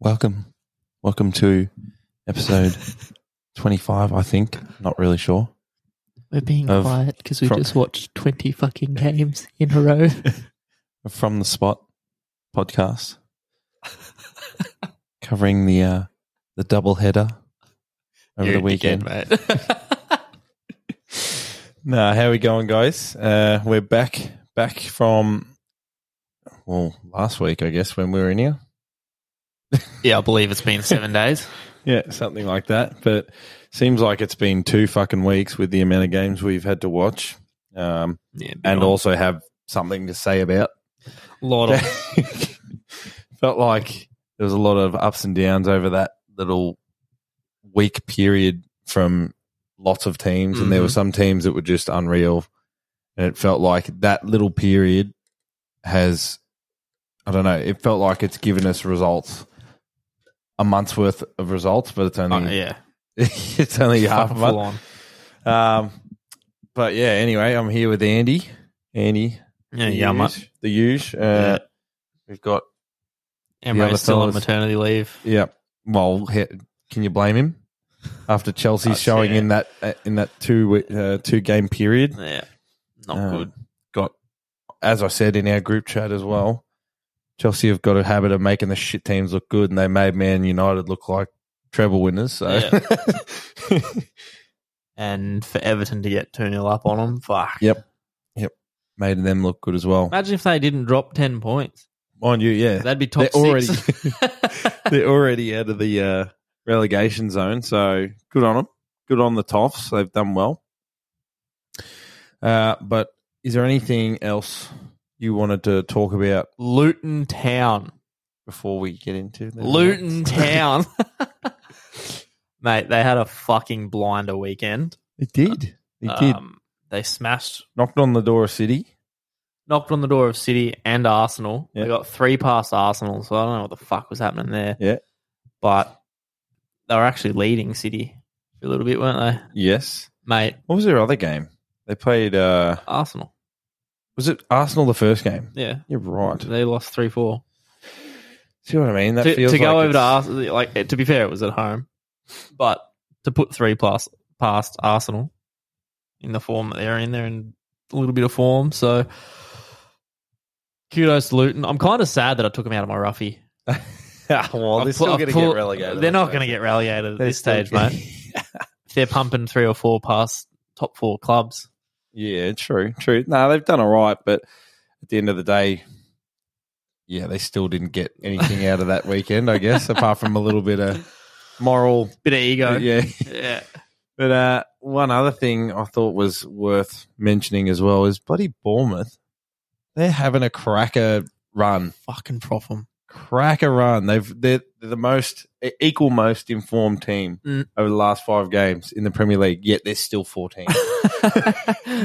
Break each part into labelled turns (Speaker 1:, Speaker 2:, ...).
Speaker 1: Welcome. Welcome to episode 25, I think. Not really sure.
Speaker 2: We're being
Speaker 1: of-
Speaker 2: quiet because we
Speaker 1: from-
Speaker 2: just watched 20 fucking games in a row.
Speaker 1: From the Spot podcast covering the uh, the double header over the weekend.
Speaker 2: mate.
Speaker 1: Nah, how we going, guys? Uh, we're back back from well, last week, I guess, when we were in here.
Speaker 2: yeah, I believe it's been seven days.
Speaker 1: Yeah, something like that. But seems like it's been two fucking weeks with the amount of games we've had to watch. Um,
Speaker 2: Yeah,
Speaker 1: and also have something to say about.
Speaker 2: lot
Speaker 1: Felt like there was a lot of ups and downs over that little week period from lots of teams, and there were
Speaker 2: Mhm.
Speaker 1: some teams that were just unreal. And it felt like that little period has, I don't know, it felt like it's given us results, a month's worth of results, but it's only
Speaker 2: yeah,
Speaker 1: it's only Uh, half a month.
Speaker 2: on.
Speaker 1: Um, but yeah, anyway, I'm here with Andy. Andy,
Speaker 2: Yeah,
Speaker 1: the
Speaker 2: yeah, mate.
Speaker 1: huge- the huge. Uh,
Speaker 2: Yeah.
Speaker 1: We've got other
Speaker 2: Emre's still on
Speaker 1: fellas-
Speaker 2: maternity leave.
Speaker 1: yeah. Well, he- can you blame him after Chelsea's
Speaker 2: Oh,
Speaker 1: showing
Speaker 2: yeah.
Speaker 1: in that uh, in that two uh, two game period?
Speaker 2: Yeah, not
Speaker 1: Uh,
Speaker 2: good.
Speaker 1: Got as I said in our group chat as well. Chelsea have got a habit of making the shit teams look good, and they made Man United look like treble winners. So
Speaker 2: And for Everton to get 2 0 up on them, fuck.
Speaker 1: Yep. made them look good as well.
Speaker 2: Imagine if they didn't drop 10 points.
Speaker 1: Mind you, yeah,
Speaker 2: That'd be top
Speaker 1: They're
Speaker 2: six.
Speaker 1: they're already out of the uh, relegation zone. So good on them. Good on the Toffs. They've done well. Uh, but is there anything else you wanted to talk about
Speaker 2: Luton Town.
Speaker 1: before we get into the
Speaker 2: Luton Town. Mate, they had a fucking blinder weekend.
Speaker 1: It did. It did.
Speaker 2: Um, they smashed,
Speaker 1: Knocked on the door of City.
Speaker 2: knocked on the door of City and Arsenal.
Speaker 1: Yeah.
Speaker 2: They got three past Arsenal, so I don't know what the fuck was happening there.
Speaker 1: Yeah.
Speaker 2: But they were actually leading City for a little bit, weren't they?
Speaker 1: Yes.
Speaker 2: Mate,
Speaker 1: What was their other game? They played. Uh,
Speaker 2: Arsenal.
Speaker 1: was it Arsenal the first game?
Speaker 2: Yeah.
Speaker 1: You're right.
Speaker 2: They lost 3 4.
Speaker 1: See what I mean? That
Speaker 2: To,
Speaker 1: feels
Speaker 2: to go
Speaker 1: like
Speaker 2: over to
Speaker 1: it's-
Speaker 2: Arsenal, like, to be fair, it was at home. But to put three plus past Arsenal in the form that they're in, they're in a little bit of form. So kudos to Luton. I'm kind of sad that I took them out of my roughy.
Speaker 1: Oh, well, they're
Speaker 2: I pu- I
Speaker 1: still going to
Speaker 2: pu-
Speaker 1: get relegated.
Speaker 2: They're not going to get relegated at
Speaker 1: They're
Speaker 2: this
Speaker 1: still-
Speaker 2: stage, mate. If they're pumping three or four past top four clubs.
Speaker 1: Yeah, true, true. No, they've done all right, but at the end of the day, yeah, they still didn't get anything out of that weekend, I guess, apart from a little bit of moral.
Speaker 2: Bit of ego.
Speaker 1: Yeah.
Speaker 2: yeah.
Speaker 1: But uh, one other thing I thought was worth mentioning as well is bloody Bournemouth. They're having a cracker run.
Speaker 2: Fucking prop 'em.
Speaker 1: Cracker run. They've they're they're the most e, equal most informed team
Speaker 2: Mm.
Speaker 1: over the last five games in the Premier League, yet they're still fourteen.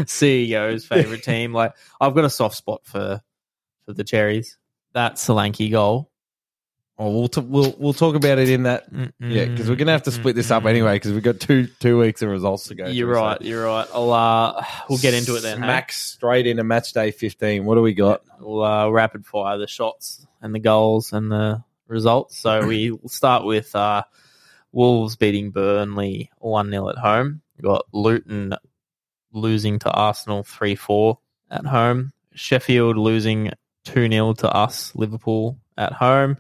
Speaker 2: CEO's favorite E team. Like I've got a soft spot for for the Cherries. That Solanke goal.
Speaker 1: oh, we'll, t- we'll we'll talk about it in that Yeah, because we're gonna have to split this up anyway because we've got two two weeks of results to go.
Speaker 2: Mm-hmm. You're
Speaker 1: through, so-
Speaker 2: right. You're right. I'll uh, we'll get into it then. eh? hey?
Speaker 1: Max straight into match day 15. What do we got?
Speaker 2: We'll uh, rapid fire the shots and the goals and the results. So we will start with uh, Wolves beating Burnley one 0 at home. We got Luton losing to Arsenal three four at home. Sheffield losing two 0 to us. Liverpool at home.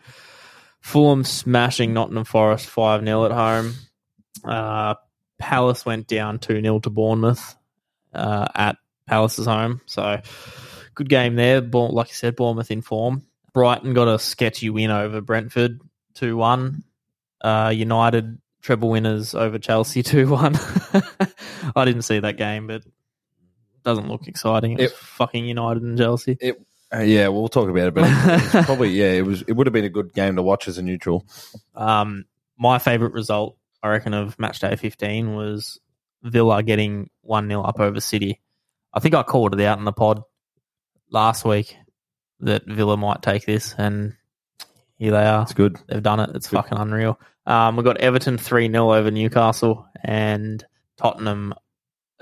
Speaker 2: Fulham smashing Nottingham Forest five 0 at home. Uh, Palace went down two 0 to Bournemouth uh, at Palace's home. So good game there. Bour- like I said, Bournemouth in form. Brighton got a sketchy win over Brentford 2 1. Uh, United treble winners over Chelsea 2 1. I didn't see that game, but doesn't look exciting. It was
Speaker 1: It-
Speaker 2: fucking United and Chelsea.
Speaker 1: Uh, yeah, we'll talk about it, but it, it was probably yeah, it was it would have been a good game to watch as a neutral.
Speaker 2: Um, my favourite result, I reckon, of match day 15 was Villa getting 1 0 up over City. I think I called it out in the pod last week that Villa might take this, and here they are.
Speaker 1: That's good.
Speaker 2: They've done it. It's fucking unreal. Um, we've got Everton 3 0 over Newcastle and Tottenham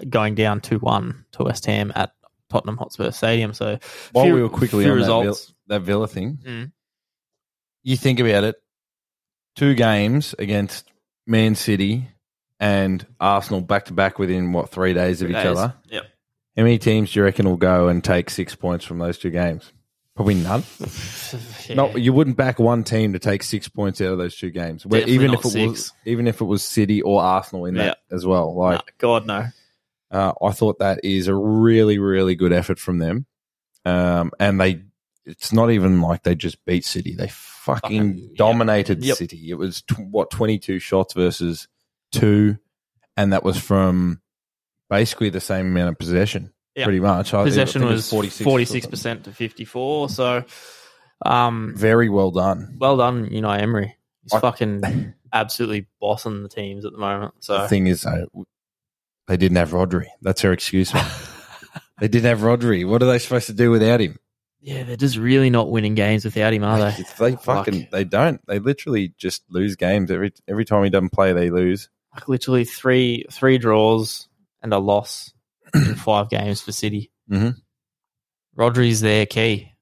Speaker 2: going down 2 1 to West Ham at Tottenham Hotspur Stadium. So,
Speaker 1: While
Speaker 2: few- Mm.
Speaker 1: we were quickly
Speaker 2: few
Speaker 1: on that Villa,
Speaker 2: results.
Speaker 1: that Villa thing,
Speaker 2: Mm.
Speaker 1: you think about it. two games against Man City and Arsenal back to back within what three days of each
Speaker 2: Days.
Speaker 1: other.
Speaker 2: Yep.
Speaker 1: How many teams do you reckon will go and take six points from those two games? Probably none.
Speaker 2: Yeah.
Speaker 1: Not you wouldn't back one team to take six points out of those two games, Where-
Speaker 2: Definitely
Speaker 1: even
Speaker 2: not
Speaker 1: if it was
Speaker 2: six.
Speaker 1: even if it was City or Arsenal in that as well. Like
Speaker 2: No, God no.
Speaker 1: uh, I thought that is a really, really good effort from them. Um, and they, it's not even like they just beat City. They fucking
Speaker 2: Fucking- yep.
Speaker 1: dominated
Speaker 2: Yep.
Speaker 1: City. It was, tw- what, 22 shots versus two. And that was from basically the same amount of possession,
Speaker 2: Yep.
Speaker 1: pretty much. I- I
Speaker 2: Possession
Speaker 1: think Uh, it
Speaker 2: was 46 percent to fifty four. So, um,
Speaker 1: Very well done.
Speaker 2: well done, you know Emery. He's
Speaker 1: I-
Speaker 2: fucking absolutely bossing the teams at the moment.
Speaker 1: The
Speaker 2: So
Speaker 1: thing is, though, they didn't have Rodri. That's their excuse. mate. they didn't have Rodri. What are they supposed to do without him?
Speaker 2: yeah, they're just really not winning games without him, are
Speaker 1: Like,
Speaker 2: they?
Speaker 1: if they fucking
Speaker 2: Fuck.
Speaker 1: they don't. They literally just lose games every every time he doesn't play. They lose.
Speaker 2: Like literally three three draws and a loss in five games for City.
Speaker 1: Mhm.
Speaker 2: Rodri's their key.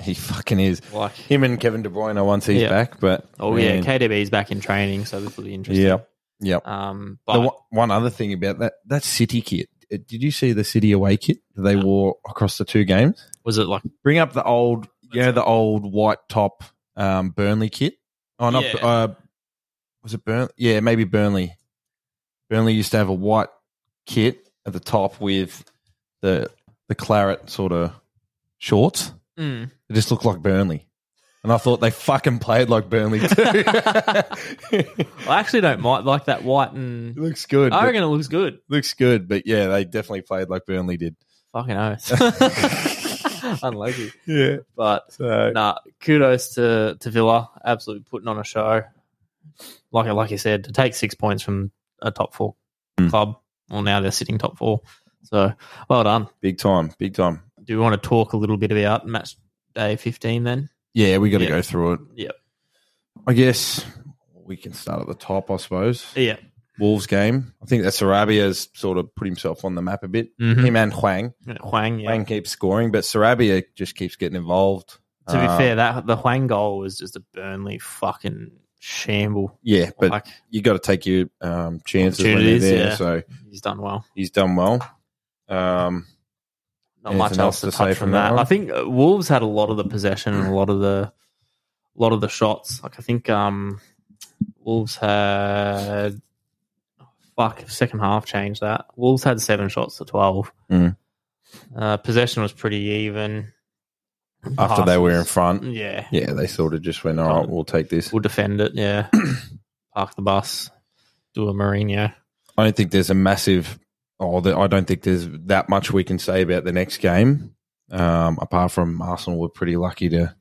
Speaker 1: He fucking is.
Speaker 2: Like
Speaker 1: Him and Kevin De Bruyne are once he's
Speaker 2: Yeah.
Speaker 1: back, but
Speaker 2: oh
Speaker 1: man,
Speaker 2: yeah, KDB's back in training, so this will be interesting.
Speaker 1: yeah, yeah.
Speaker 2: Um,
Speaker 1: The
Speaker 2: but
Speaker 1: one, one other thing about that that City kit. Uh, Did you see the City away kit that they
Speaker 2: No.
Speaker 1: wore across the two games?
Speaker 2: was it like
Speaker 1: Bring up the old, you know, the old white top um, Burnley kit. Oh, not
Speaker 2: Yeah.
Speaker 1: uh, was it Burnley? Yeah, maybe Burnley. Burnley used to have a white kit at the top with the the claret sort of shorts.
Speaker 2: mm,
Speaker 1: It just looked like Burnley. And I thought they fucking played like Burnley too. it
Speaker 2: I actually don't mind like that white and
Speaker 1: looks good.
Speaker 2: I
Speaker 1: but-
Speaker 2: reckon it looks good.
Speaker 1: looks good, but yeah, they definitely played like Burnley did.
Speaker 2: Fucking oath. Unlucky.
Speaker 1: Yeah.
Speaker 2: But
Speaker 1: So
Speaker 2: nah, kudos to, to Villa. Absolutely putting on a show. Like like you said, to take six points from a top four
Speaker 1: Hmm.
Speaker 2: club. Well now they're sitting top four. So well done.
Speaker 1: big time, big time.
Speaker 2: Do we want to talk a little bit about match day fifteen then?
Speaker 1: Yeah, we got to
Speaker 2: Yeah.
Speaker 1: go through it.
Speaker 2: Yeah.
Speaker 1: I guess we can start at the top, I suppose.
Speaker 2: Yeah.
Speaker 1: Wolves game. I think that Sarabia's sort of put himself on the map a bit.
Speaker 2: hmm
Speaker 1: Him and Huang.
Speaker 2: Huang, yeah.
Speaker 1: Mm-hmm. Huang keeps scoring, but Sarabia just keeps getting involved.
Speaker 2: To be
Speaker 1: Uh,
Speaker 2: fair, that the Huang goal was just a Burnley fucking shamble.
Speaker 1: yeah, but
Speaker 2: like
Speaker 1: you got to take your um, chances when they're
Speaker 2: Opportunities,
Speaker 1: there.
Speaker 2: yeah.
Speaker 1: So
Speaker 2: he's done well.
Speaker 1: he's done well. Um,
Speaker 2: not
Speaker 1: Anything
Speaker 2: much else to, touch say from that.
Speaker 1: one?
Speaker 2: I think uh, Wolves had a lot of the possession and a lot of the lot of the shots. Like I think um, Wolves had fuck second half changed that. Wolves had seven shots to twelve.
Speaker 1: Mm.
Speaker 2: Uh, possession was pretty even
Speaker 1: after they were in front,
Speaker 2: Yeah,
Speaker 1: yeah, they sort of just went, all right, we'll take this.
Speaker 2: we'll defend it. Yeah, park the bus, do a Mourinho.
Speaker 1: I don't think there's a massive, oh, the, I don't think there's that much we can say about the next game. Um, apart from Arsenal were pretty lucky to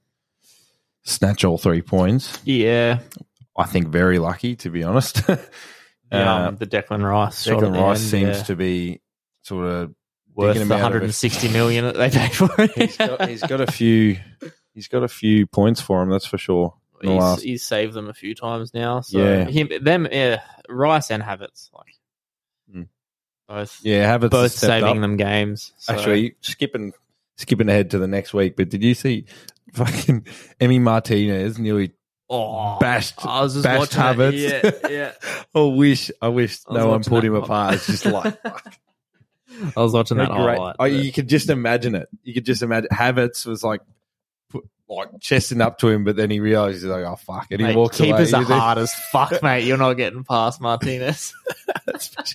Speaker 1: snatch all three points.
Speaker 2: Yeah,
Speaker 1: I think very lucky, to be honest.
Speaker 2: um, the Declan Rice. shot at
Speaker 1: Declan
Speaker 2: the
Speaker 1: Rice
Speaker 2: end,
Speaker 1: seems
Speaker 2: yeah.
Speaker 1: to be sort of
Speaker 2: worth
Speaker 1: digging
Speaker 2: the
Speaker 1: him out of it.
Speaker 2: 160 million that they paid for it.
Speaker 1: he's got, he's got a few he's got a few points for him, that's for sure. in the
Speaker 2: he's,
Speaker 1: last-
Speaker 2: he's saved them a few times now. So
Speaker 1: Yeah.
Speaker 2: him, them, yeah, Rice and Havertz, like
Speaker 1: Mm.
Speaker 2: both,
Speaker 1: Yeah, Havertz
Speaker 2: both
Speaker 1: has stepped
Speaker 2: saving
Speaker 1: up.
Speaker 2: them games. So.
Speaker 1: Actually, skipping skipping ahead to the next week, but did you see fucking Emmy Martinez nearly
Speaker 2: oh,
Speaker 1: bashed?
Speaker 2: I was just
Speaker 1: bashed
Speaker 2: watching
Speaker 1: Havertz.
Speaker 2: it. Yeah, yeah.
Speaker 1: Oh, I wish I wish
Speaker 2: I was
Speaker 1: no one
Speaker 2: watching
Speaker 1: pulled
Speaker 2: that
Speaker 1: him
Speaker 2: one.
Speaker 1: apart. It's just like
Speaker 2: I was watching that
Speaker 1: they're great.
Speaker 2: highlight.
Speaker 1: Oh,
Speaker 2: but-
Speaker 1: you could just imagine it. You could just imagine Havertz was like put, like chesting up to him, but then he realizes like oh fuck, and he
Speaker 2: Mate,
Speaker 1: walks
Speaker 2: keepers
Speaker 1: away.
Speaker 2: are hard as fuck, mate. You're not getting past Martinez.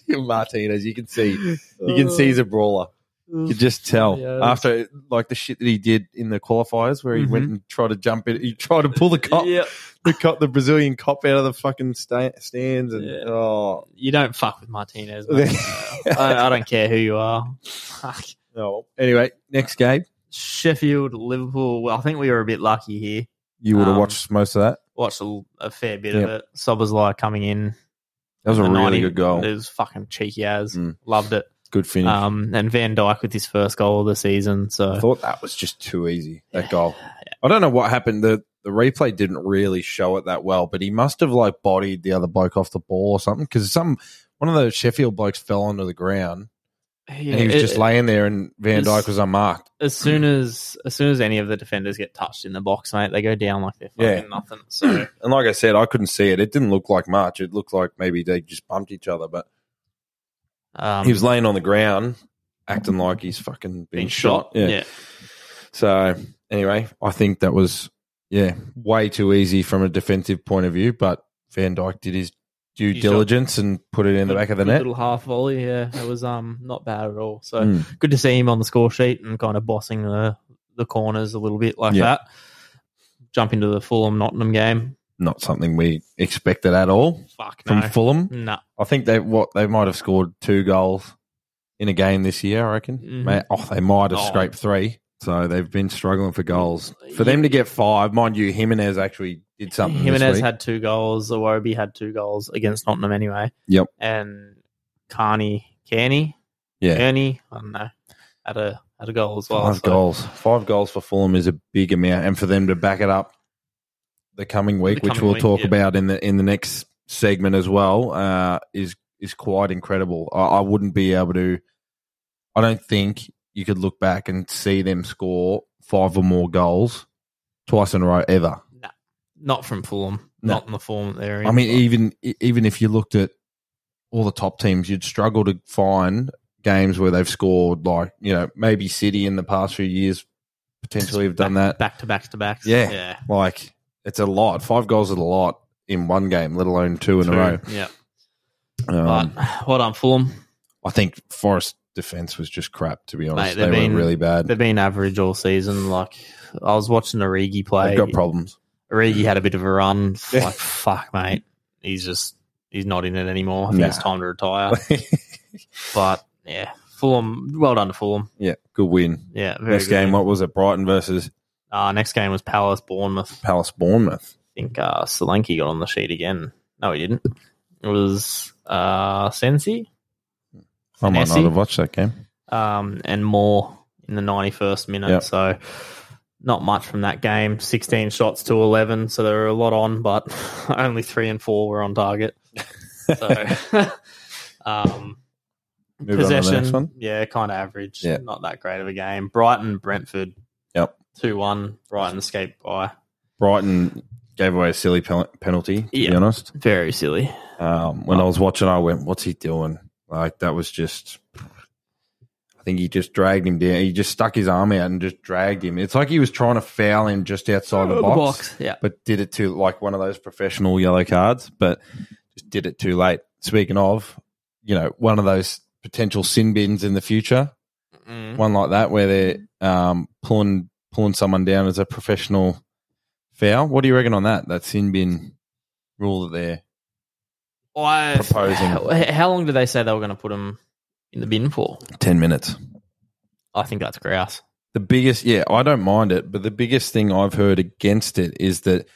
Speaker 1: Martinez, you can see you can see he's a brawler. You could just tell
Speaker 2: Oh. Yeah.
Speaker 1: after like the shit that he did in the qualifiers, where he
Speaker 2: Mhm.
Speaker 1: went and tried to jump in, he tried to pull the cop,
Speaker 2: Yep.
Speaker 1: the cop, the Brazilian cop out of the fucking sta- stands, and
Speaker 2: Yeah.
Speaker 1: oh
Speaker 2: You don't fuck with Martinez. Mate. I, I don't care who you are. Fuck.
Speaker 1: no. Oh, Anyway, next game
Speaker 2: Sheffield, Liverpool. Well, I think we were a bit lucky here.
Speaker 1: you would have
Speaker 2: Um,
Speaker 1: watched most of that.
Speaker 2: Watched a, a fair bit
Speaker 1: Yep.
Speaker 2: of it. Sobozlai coming in.
Speaker 1: That was a
Speaker 2: the
Speaker 1: really
Speaker 2: 90.
Speaker 1: good goal.
Speaker 2: It was fucking cheeky as.
Speaker 1: Mm.
Speaker 2: Loved it.
Speaker 1: Good finish.
Speaker 2: Um, and Van Dyke with his first goal of the season.
Speaker 1: I
Speaker 2: So
Speaker 1: thought that was just too easy. That
Speaker 2: Yeah.
Speaker 1: goal. I don't know what happened. the The replay didn't really show it that well, but he must have like bodied the other bloke off the ball or something because some one of the Sheffield blokes fell onto the ground
Speaker 2: yeah,
Speaker 1: and he was
Speaker 2: it-
Speaker 1: just laying there, and Van
Speaker 2: it's-
Speaker 1: Dyke was unmarked.
Speaker 2: it as soon as as soon as any of the defenders get touched in the box, mate, they go down like they're fucking
Speaker 1: Yeah.
Speaker 2: nothing. So
Speaker 1: And like I said, I couldn't see it. It didn't look like much. It looked like maybe they just bumped each other. But
Speaker 2: um,
Speaker 1: he was laying on the ground, acting like he's fucking
Speaker 2: being shot.
Speaker 1: Yeah.
Speaker 2: yeah.
Speaker 1: So anyway, I think that was yeah way too easy from a defensive point of view. But Van Dyke did his due
Speaker 2: His job.
Speaker 1: diligence and put it in the back of the
Speaker 2: Good
Speaker 1: net.
Speaker 2: Little half volley, yeah. It was um not bad at all. So
Speaker 1: Mm.
Speaker 2: good to see him on the score sheet and kind of bossing the the corners a little bit like
Speaker 1: Yeah.
Speaker 2: that. Jump into the Fulham Nottingham game.
Speaker 1: Not something we expected at all
Speaker 2: Fuck
Speaker 1: from
Speaker 2: no. Hmm.
Speaker 1: Fulham.
Speaker 2: Nah.
Speaker 1: I think they what they might have scored two goals in a game this year. I reckon.
Speaker 2: Mhm.
Speaker 1: Ma- Oh, they might have
Speaker 2: Oh. Mm,
Speaker 1: scraped three. So they've been struggling for goals. For them to get five, mind you, Jimenez actually did something. this
Speaker 2: Jimenez
Speaker 1: week.
Speaker 2: had two goals. Awobi had two goals against Nottingham anyway.
Speaker 1: Yep.
Speaker 2: And Carney, Kearney,
Speaker 1: yeah,
Speaker 2: Kearney, I don't know, had a had a goal as well.
Speaker 1: Five
Speaker 2: So
Speaker 1: goals. Five goals for Fulham is a big amount, and for them to back it up the coming week, which
Speaker 2: coming
Speaker 1: we'll
Speaker 2: week,
Speaker 1: talk
Speaker 2: yeah.
Speaker 1: about in the in the next segment as well, uh, is is quite incredible. I, I wouldn't be able to. I don't think you could look back and see them score five or more goals twice in a row ever.
Speaker 2: Not from Fulham.
Speaker 1: No.
Speaker 2: Not in the form that they're in.
Speaker 1: I mean, even e, even if you looked at all the top teams, you'd struggle to find games where they've scored like you know maybe City in the past few years potentially have done that.
Speaker 2: back to back to backs.
Speaker 1: Yeah.
Speaker 2: Yeah.
Speaker 1: Like it's a lot. Five goals is a lot in one game, let alone two in
Speaker 2: Two.
Speaker 1: a row.
Speaker 2: Yeah.
Speaker 1: Um,
Speaker 2: but well done, Fulham.
Speaker 1: I think Forest defense was just crap. To be honest,
Speaker 2: Mate, they've
Speaker 1: they
Speaker 2: been-
Speaker 1: were really bad.
Speaker 2: They've been average all season. Like I was watching Origi play.
Speaker 1: They've got problems.
Speaker 2: Origi had a bit of a run.
Speaker 1: Yeah.
Speaker 2: Like fuck, mate. He's just he's not in it anymore. I think it's
Speaker 1: Nah.
Speaker 2: time to retire. but yeah, Fulham. Well done to Fulham.
Speaker 1: yeah, good win.
Speaker 2: Yeah, very
Speaker 1: Next
Speaker 2: good
Speaker 1: game,
Speaker 2: win.
Speaker 1: what was it? Brighton versus
Speaker 2: Uh, next game was Palace Bournemouth. I
Speaker 1: Palace Bournemouth.
Speaker 2: think uh, Solanke got on the sheet again. No, he didn't. It was uh, Sensi
Speaker 1: I might not
Speaker 2: Nessie?
Speaker 1: have watched that game.
Speaker 2: um, and more in the 91st minute.
Speaker 1: Yep.
Speaker 2: So not much from that game. 16 shots to 11. So there were a lot on, but only three and four were on target. So um,
Speaker 1: Move on to the
Speaker 2: possession,
Speaker 1: next one.
Speaker 2: yeah, kind of average.
Speaker 1: Yeah.
Speaker 2: Not that great of a game. Brighton, Brentford.
Speaker 1: Yep.
Speaker 2: 2 1. Brighton escaped by.
Speaker 1: Brighton gave away a silly pen- penalty. To be
Speaker 2: Yeah.
Speaker 1: honest,
Speaker 2: Very silly.
Speaker 1: um, when I was watching, I went, "What's he doing?" Like that was just. I think he just dragged him down. He just stuck his arm out and just dragged him. It's like he was trying to foul him just outside Oh, the box,
Speaker 2: Yeah.
Speaker 1: but did it to like one of those professional yellow cards, but just did it too late. Speaking of, you know, one of those potential sin bins in the future,
Speaker 2: Mm.
Speaker 1: one like that where they're um, pulling pulling someone down as a professional foul. What do you reckon on that? That sin bin rule that they're
Speaker 2: I,
Speaker 1: Proposing.
Speaker 2: How, how long did they say they were going to put him in the bin for?
Speaker 1: ten minutes.
Speaker 2: I think that's grouse.
Speaker 1: The biggest, yeah, I don't mind it, but the biggest thing I've heard against it is that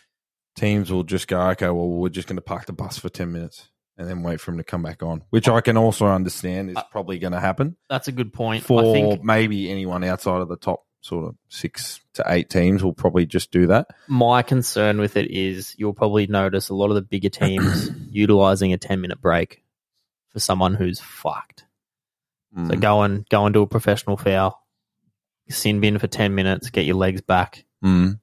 Speaker 1: teams will just go, okay, well, we're just going to park the bus for 10 minutes and then wait for him to come back on, which I can also understand is
Speaker 2: Uh,
Speaker 1: probably going to happen
Speaker 2: That's a good point.
Speaker 1: for
Speaker 2: I think
Speaker 1: maybe anyone outside of the top sort of six to eight teams will probably just do that.
Speaker 2: my concern with it is you'll probably notice a lot of the bigger teams utilizing a 10 minute break for someone who's fucked. So
Speaker 1: Mm.
Speaker 2: go and go and do a professional foul, sin bin for 10 minutes, get your legs back,
Speaker 1: Mm.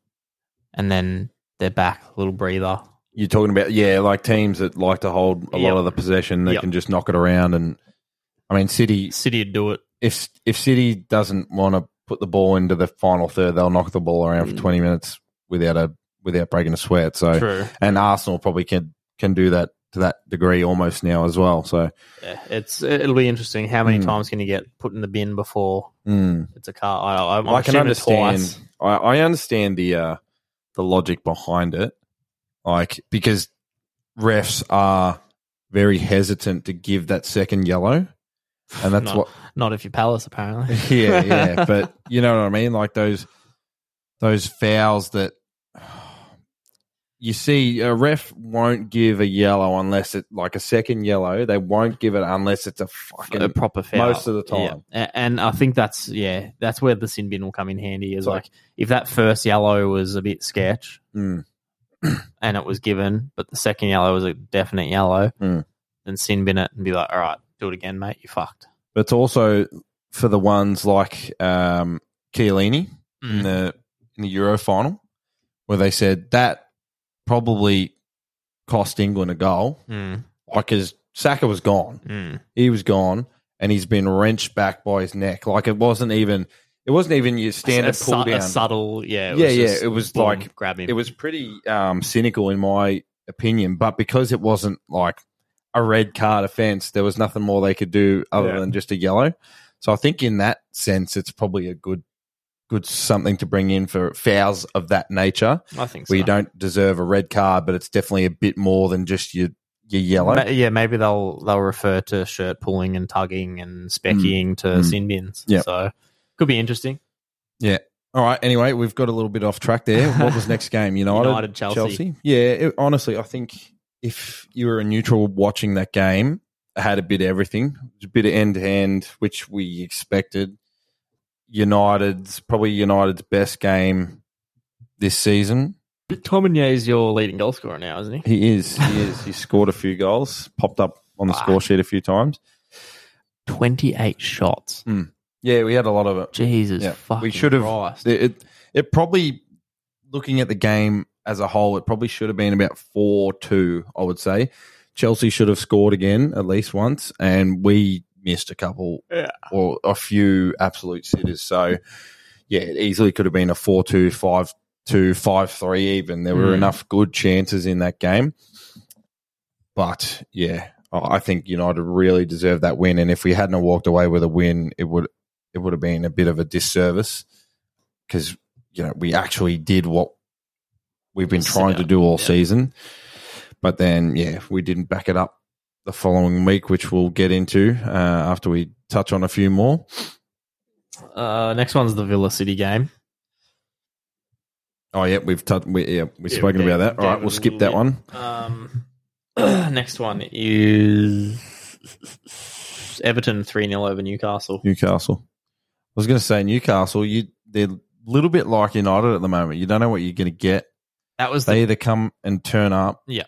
Speaker 2: and then they're back, a little breather.
Speaker 1: You're talking about, yeah, like teams that like to hold a
Speaker 2: Yep.
Speaker 1: lot of the possession, they
Speaker 2: Yep.
Speaker 1: can just knock it around. And I mean, City,
Speaker 2: City would do it.
Speaker 1: if if City doesn't want to put the ball into the final third, they'll knock the ball around for
Speaker 2: Mm.
Speaker 1: twenty minutes without a without breaking a sweat. So
Speaker 2: True.
Speaker 1: and Arsenal probably can can do that to that degree almost now as well. So
Speaker 2: Yeah, it's it'll be interesting. How many
Speaker 1: Mm.
Speaker 2: times can you get put in the bin before
Speaker 1: mm.
Speaker 2: it's a car? I, I'm,
Speaker 1: I can
Speaker 2: assuming it's
Speaker 1: understand.
Speaker 2: twice.
Speaker 1: I, I understand the uh, the logic behind it, like because refs are very hesitant to give that second yellow, and that's
Speaker 2: Not-
Speaker 1: what
Speaker 2: Not if you're Palace, apparently.
Speaker 1: yeah, yeah. But you know what I mean? Like those those fouls that you see a ref won't give a yellow unless it like a second yellow. They won't give it unless it's a fucking
Speaker 2: a proper foul
Speaker 1: most of the time.
Speaker 2: Yeah. A- And I think that's yeah, that's where the sin bin will come in handy. Is
Speaker 1: Sorry.
Speaker 2: like if that first yellow was a bit sketch
Speaker 1: Mm.
Speaker 2: and it was given, but the second yellow was a definite yellow,
Speaker 1: Mm.
Speaker 2: then sin bin it and be like, all right, do it again, mate. You fucked.
Speaker 1: But it's also for the ones like um Chiellini in
Speaker 2: Mm.
Speaker 1: the in the Euro final, where they said that probably cost England a goal,
Speaker 2: Mm.
Speaker 1: like his Saka was gone,
Speaker 2: Mm.
Speaker 1: he was gone, and he's been wrenched back by his neck. Like it wasn't even, it wasn't even your
Speaker 2: a,
Speaker 1: standard
Speaker 2: su-
Speaker 1: pull
Speaker 2: a
Speaker 1: down.
Speaker 2: subtle, yeah,
Speaker 1: Yeah, yeah,
Speaker 2: just
Speaker 1: it was
Speaker 2: boom,
Speaker 1: like-
Speaker 2: grab him.
Speaker 1: it was pretty um, cynical in my opinion, but because it wasn't like a red card offence, there was nothing more they could do other
Speaker 2: Yeah.
Speaker 1: than just a yellow. So I think in that sense, it's probably a good, good something to bring in for fouls of that nature
Speaker 2: I think so.
Speaker 1: where you don't deserve a red card, but it's definitely a bit more than just your your yellow.
Speaker 2: Ma- yeah, maybe they'll they'll refer to shirt pulling and tugging and specking to
Speaker 1: Mm.
Speaker 2: sin bins.
Speaker 1: Yep.
Speaker 2: So could be interesting.
Speaker 1: All right. Anyway, we've got a little bit off track there. What was next game? United,
Speaker 2: United, Chelsea.
Speaker 1: Yeah. It, honestly, I think if you were a neutral watching that game, it had a bit of everything. It was a bit of end to hand, which we expected. United's probably United's best game this season.
Speaker 2: Tominye is your leading goal scorer now, isn't he?
Speaker 1: He is. He is. He scored a few goals, popped up on the
Speaker 2: Fuck.
Speaker 1: score sheet a few times.
Speaker 2: Twenty eight shots.
Speaker 1: Yeah, we had a lot of it.
Speaker 2: Jesus
Speaker 1: Yeah, we
Speaker 2: fucking
Speaker 1: should've-
Speaker 2: Christ.
Speaker 1: It, it it probably looking at the game as a whole, it probably should have been about four two. I would say Chelsea should have scored again at least once, and we missed a couple
Speaker 2: Yeah.
Speaker 1: or a few absolute sitters. So yeah, it easily could have been a 4-2, 5-2, 5-3 Even there were
Speaker 2: Mm.
Speaker 1: enough good chances in that game, but yeah. I I think United really deserved that win, and if we hadn't have walked away with a win, it would it would have been a bit of a disservice because you know we actually did what we've been
Speaker 2: Sit
Speaker 1: trying to
Speaker 2: out,
Speaker 1: do all
Speaker 2: yeah.
Speaker 1: season, but then yeah, we didn't back it up the following week, which we'll get into uh, after we touch on a few more.
Speaker 2: Uh, next one's the Villa City game.
Speaker 1: Oh yeah, we've touched. We, yeah, we've
Speaker 2: Yeah,
Speaker 1: spoken
Speaker 2: we
Speaker 1: about
Speaker 2: gave-
Speaker 1: that. All right,
Speaker 2: gave
Speaker 1: we'll
Speaker 2: it a
Speaker 1: skip
Speaker 2: little
Speaker 1: that
Speaker 2: bit.
Speaker 1: one.
Speaker 2: Um, next one is Everton three 0 over Newcastle.
Speaker 1: Newcastle. I was going to say Newcastle. You they're a little bit like United at the moment. You don't know what you're going to get.
Speaker 2: That was the,
Speaker 1: They either come and turn up,
Speaker 2: Yeah.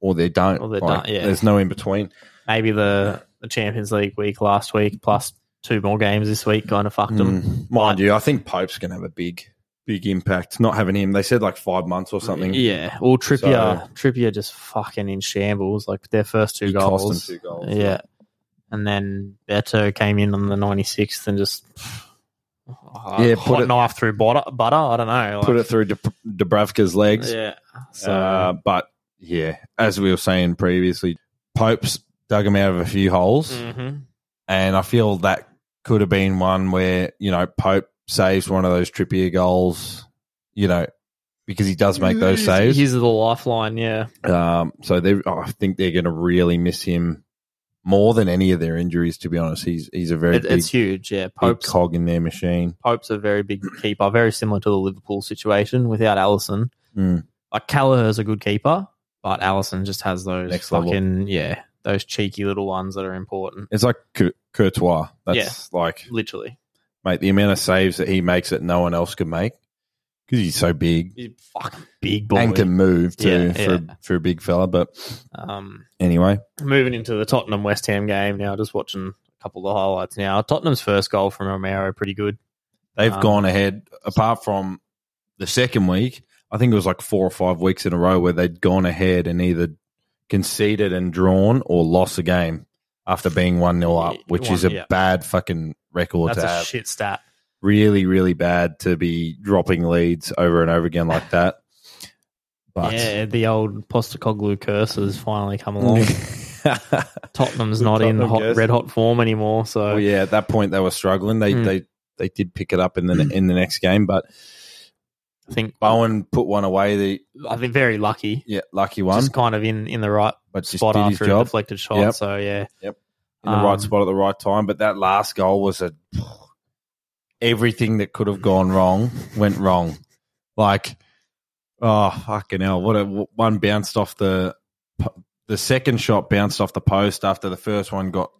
Speaker 1: or they don't.
Speaker 2: Or they
Speaker 1: Like,
Speaker 2: don't, yeah.
Speaker 1: There's no in between.
Speaker 2: maybe the, the Champions League week last week plus two more games this week kind of fucked them.
Speaker 1: Mm. Mind you, I think Pope's going to have a big, big impact. Not having him, they said like five months or something.
Speaker 2: Yeah. Well, Trippier, Trippier just fucking in shambles. Like their first two
Speaker 1: He
Speaker 2: goals.
Speaker 1: cost them two goals,
Speaker 2: Yeah.
Speaker 1: yeah.
Speaker 2: And then Beto came in on the 96th and just uh,
Speaker 1: Yeah, put
Speaker 2: hot
Speaker 1: it-
Speaker 2: knife through butter. butter I don't know.
Speaker 1: Put
Speaker 2: like-
Speaker 1: it through Dub- Dubravka's legs.
Speaker 2: Yeah. So
Speaker 1: Uh, but yeah, as we were saying previously, Pope's dug him out of a few holes,
Speaker 2: mhm.
Speaker 1: and I feel that could have been one where you know Pope saves one of those Trippier goals, you know, because he does make those
Speaker 2: He's-
Speaker 1: saves.
Speaker 2: He's the lifeline. Yeah.
Speaker 1: Um, so they, I think they're going to really miss him more than any of their injuries. To be honest, he's he's a very
Speaker 2: It,
Speaker 1: big,
Speaker 2: it's huge. Yeah.
Speaker 1: big
Speaker 2: Pope's
Speaker 1: cog in their machine.
Speaker 2: Pope's a very big keeper, very similar to the Liverpool situation without Allison.
Speaker 1: Mm.
Speaker 2: Like Callagher's a good keeper, but Allison just has those
Speaker 1: Next level.
Speaker 2: fucking yeah, those cheeky little ones that are important.
Speaker 1: It's like Cour- Courtois. That's like,
Speaker 2: Literally,
Speaker 1: mate, the amount of saves that he makes that no one else could make because he's so big
Speaker 2: he's a fucking big boy.
Speaker 1: and can move too
Speaker 2: Yeah,
Speaker 1: for for a big fella. But
Speaker 2: Um,
Speaker 1: anyway,
Speaker 2: moving into the Tottenham West Ham game now, just watching a couple of the highlights now. Tottenham's first goal from Romero, pretty good.
Speaker 1: they've
Speaker 2: Um,
Speaker 1: gone ahead. Apart from the second week, I think it was like four or five weeks in a row where they'd gone ahead and either conceded and drawn or lost a game after being one 0 up, which
Speaker 2: One-
Speaker 1: is a
Speaker 2: yeah.
Speaker 1: bad fucking record
Speaker 2: That's
Speaker 1: to
Speaker 2: a
Speaker 1: have.
Speaker 2: shit stat.
Speaker 1: Really, really bad to be dropping leads over and over again like that. But
Speaker 2: yeah, the old Postacoglu curse has finally come along. Tottenham's not in
Speaker 1: Tottenham
Speaker 2: hot,
Speaker 1: curse.
Speaker 2: red hot form anymore, so
Speaker 1: Well, Oh, yeah, at that point they were struggling. They
Speaker 2: Mm.
Speaker 1: they they did pick it up in the in the next game, but
Speaker 2: I think
Speaker 1: Bowen put one away. The
Speaker 2: I think very lucky.
Speaker 1: yeah, lucky one,
Speaker 2: Just kind of in, in the right
Speaker 1: but just
Speaker 2: spot
Speaker 1: did his
Speaker 2: after a
Speaker 1: job
Speaker 2: deflected shot.
Speaker 1: Yep.
Speaker 2: So yeah,
Speaker 1: in the right
Speaker 2: um,
Speaker 1: spot at the right time. But that last goal was a everything that could have gone wrong went wrong. Like oh fucking hell! What a one bounced off the the second shot bounced off the post after the first one got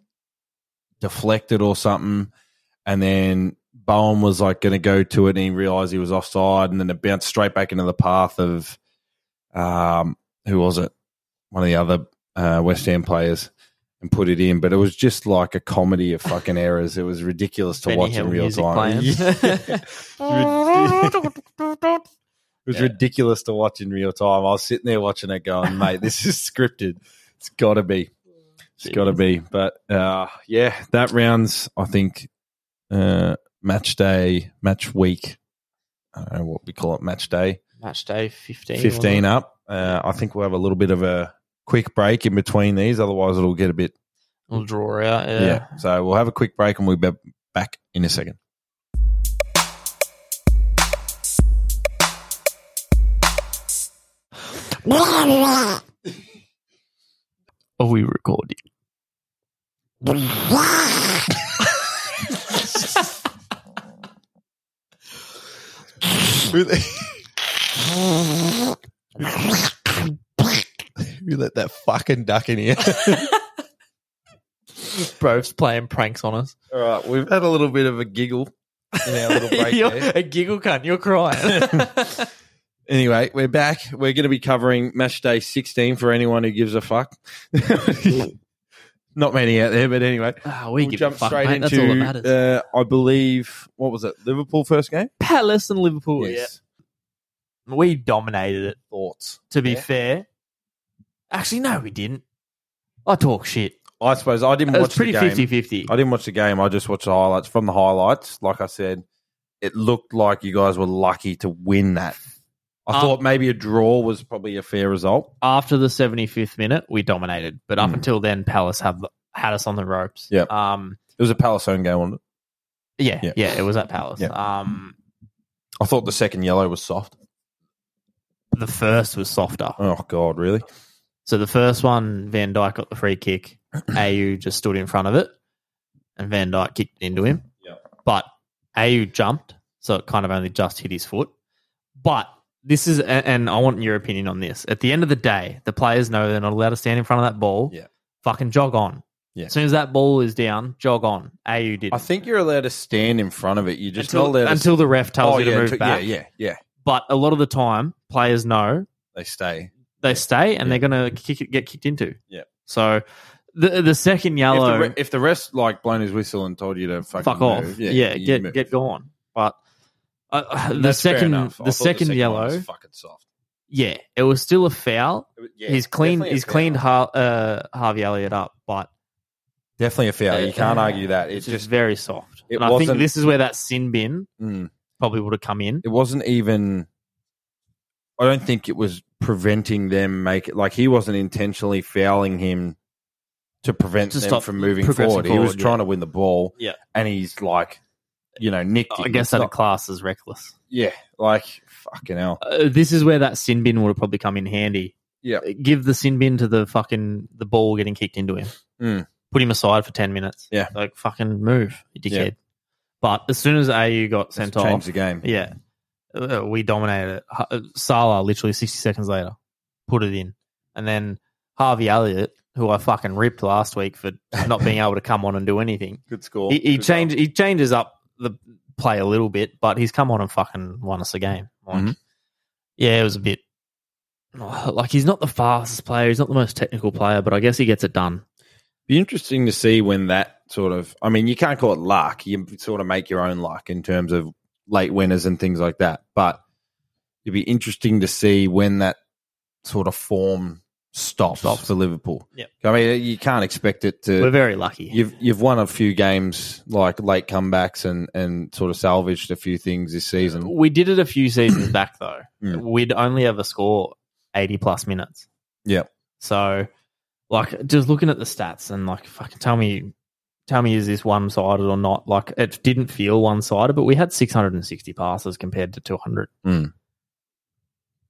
Speaker 1: deflected or something, and then Bowen was like going to go to it and he realized he was offside, and then it bounced straight back into the path of um who was it? One of the other uh, West Ham players. and put it in, but it was just like a comedy of fucking errors. It was ridiculous to
Speaker 2: Benny
Speaker 1: watch
Speaker 2: Hill
Speaker 1: in real
Speaker 2: music
Speaker 1: time.
Speaker 2: playing.
Speaker 1: Yeah. It was
Speaker 2: Yeah.
Speaker 1: ridiculous to watch in real time. I was sitting there watching it going, mate, this is scripted. It's got to be. It's got to be. But uh, yeah, that rounds, I think, uh, match day, match week. I don't know what we call it, match day.
Speaker 2: Match day 15.
Speaker 1: 15 up. Uh, I think we'll have a little bit of a quick break in between these. Otherwise, it'll get a bit.
Speaker 2: We'll draw out.
Speaker 1: Yeah.
Speaker 2: yeah.
Speaker 1: So we'll have a quick break and we'll be back in a second.
Speaker 2: Are we recording?
Speaker 1: we let, we let that fucking duck in here.
Speaker 2: Bro's playing pranks on us.
Speaker 1: All right, we've had a little bit of a giggle in our little break
Speaker 2: You're
Speaker 1: there.
Speaker 2: a giggle cunt. You're crying.
Speaker 1: Anyway, we're back. We're going to be covering match day 16 for anyone who gives a fuck. Not many out there, but anyway.
Speaker 2: Ah, we
Speaker 1: We'll
Speaker 2: give
Speaker 1: jump
Speaker 2: a fuck,
Speaker 1: straight
Speaker 2: mate. That's all that
Speaker 1: into,
Speaker 2: matters.
Speaker 1: uh, I believe, what was it, Liverpool first game?
Speaker 2: Palace and Liverpool. Yeah. We dominated it,
Speaker 1: Thoughts?
Speaker 2: to be
Speaker 1: Yeah.
Speaker 2: fair. Actually, no, we didn't. I talk shit.
Speaker 1: I suppose I didn't
Speaker 2: It was
Speaker 1: watch
Speaker 2: pretty
Speaker 1: the game.
Speaker 2: 50 50.
Speaker 1: I didn't watch the game. I just watched the highlights. From the highlights, like I said, it looked like you guys were lucky to win that. I
Speaker 2: Um,
Speaker 1: thought maybe a draw was probably a fair result.
Speaker 2: after the 75th minute, we dominated. But up
Speaker 1: Hmm.
Speaker 2: until then, Palace have had us on the ropes.
Speaker 1: Yep.
Speaker 2: Um,
Speaker 1: It was a Palace home game. wasn't it?
Speaker 2: yeah,
Speaker 1: Yeah.
Speaker 2: yeah, it was at Palace.
Speaker 1: Yeah.
Speaker 2: Um,
Speaker 1: I thought the second yellow was soft.
Speaker 2: the first was softer.
Speaker 1: Oh God, really?
Speaker 2: So the first one, Van Dyke got the free kick. AU just stood in front of it, and Van Dyke kicked into him.
Speaker 1: Yep.
Speaker 2: But AU jumped, so it kind of only just hit his foot. But this is, a- and I want your opinion on this. At the end of the day, the players know they're not allowed to stand in front of that ball.
Speaker 1: Yeah.
Speaker 2: Fucking jog on.
Speaker 1: Yeah.
Speaker 2: As soon as that ball is down, jog on. AU did.
Speaker 1: I think you're allowed to stand in front of it. You just
Speaker 2: until,
Speaker 1: not allowed
Speaker 2: until the ref
Speaker 1: to, Oh,
Speaker 2: tells you to
Speaker 1: yeah,
Speaker 2: move
Speaker 1: t-
Speaker 2: back.
Speaker 1: yeah, yeah, yeah.
Speaker 2: But a lot of the time, players know
Speaker 1: They stay.
Speaker 2: they stay and
Speaker 1: Yeah.
Speaker 2: they're going to kick, get kicked into.
Speaker 1: Yeah.
Speaker 2: So the the second
Speaker 1: If
Speaker 2: yellow,
Speaker 1: the, re- if the rest like blown his whistle and told you to fucking
Speaker 2: fuck off.
Speaker 1: move,
Speaker 2: yeah,
Speaker 1: you
Speaker 2: get
Speaker 1: move.
Speaker 2: get gone. But uh, uh,
Speaker 1: And
Speaker 2: the,
Speaker 1: that's fair
Speaker 2: second,
Speaker 1: enough. I
Speaker 2: the,
Speaker 1: thought
Speaker 2: second
Speaker 1: one was
Speaker 2: yellow,
Speaker 1: fucking soft.
Speaker 2: yeah, it was still a foul.
Speaker 1: Yeah,
Speaker 2: he's clean.
Speaker 1: definitely a
Speaker 2: He's
Speaker 1: foul.
Speaker 2: cleaned Har- uh, Harvey Elliott up, but
Speaker 1: Definitely a foul. You can't
Speaker 2: Uh,
Speaker 1: argue that. It's
Speaker 2: it's just
Speaker 1: just
Speaker 2: very soft.
Speaker 1: it
Speaker 2: and I think
Speaker 1: wasn't-
Speaker 2: this is where that sin bin
Speaker 1: mm.
Speaker 2: probably would have come in.
Speaker 1: it wasn't even I don't think it was preventing them make like he wasn't intentionally fouling him to prevent
Speaker 2: To
Speaker 1: them
Speaker 2: stop
Speaker 1: from moving
Speaker 2: progressing
Speaker 1: forward. He was
Speaker 2: forward, yeah.
Speaker 1: trying to win the ball.
Speaker 2: Yeah.
Speaker 1: And he's like, you know, nicked it.
Speaker 2: I guess
Speaker 1: It's
Speaker 2: that
Speaker 1: not-
Speaker 2: class is reckless.
Speaker 1: Yeah. Like fucking hell.
Speaker 2: Uh, this is where that sin bin would have probably come in handy. Uh,
Speaker 1: Yeah.
Speaker 2: Give the sin bin to the fucking the ball getting kicked into him.
Speaker 1: Mm.
Speaker 2: Put him aside for ten minutes.
Speaker 1: Yeah.
Speaker 2: Like fucking move, you dickhead.
Speaker 1: Yeah.
Speaker 2: But as soon as AU got sent
Speaker 1: That's
Speaker 2: off,
Speaker 1: changed the game.
Speaker 2: yeah, uh, we dominated it. Ha- uh, Salah literally sixty seconds later put it in, and then Harvey Elliott, who I fucking ripped last week for not being able to come on and do anything,
Speaker 1: Good score.
Speaker 2: he, he
Speaker 1: Good
Speaker 2: change he changes up the play a little bit, but he's come on and fucking won us a game. Like,
Speaker 1: Mhm.
Speaker 2: Yeah, it was a bit like he's not the fastest player, he's not the most technical player, but I guess he gets it done.
Speaker 1: Be interesting to see when that sort of. I mean, you can't call it luck. You sort of make your own luck in terms of late winners and things like that. But it'd be interesting to see when that sort of form stops,
Speaker 2: Stops.
Speaker 1: for Liverpool.
Speaker 2: Yep.
Speaker 1: I mean, you can't expect it
Speaker 2: We're
Speaker 1: to.
Speaker 2: very lucky.
Speaker 1: You've you've won a few games like late comebacks and and sort of salvaged a few things this season.
Speaker 2: We did it a few seasons back though.
Speaker 1: Mm.
Speaker 2: We'd only ever score eighty plus minutes.
Speaker 1: Yeah.
Speaker 2: So, like, just looking at the stats and like, fucking tell me, tell me, is this one sided or not? Like, it didn't feel one sided, but we had six hundred and sixty passes compared to two hundred.
Speaker 1: Mm.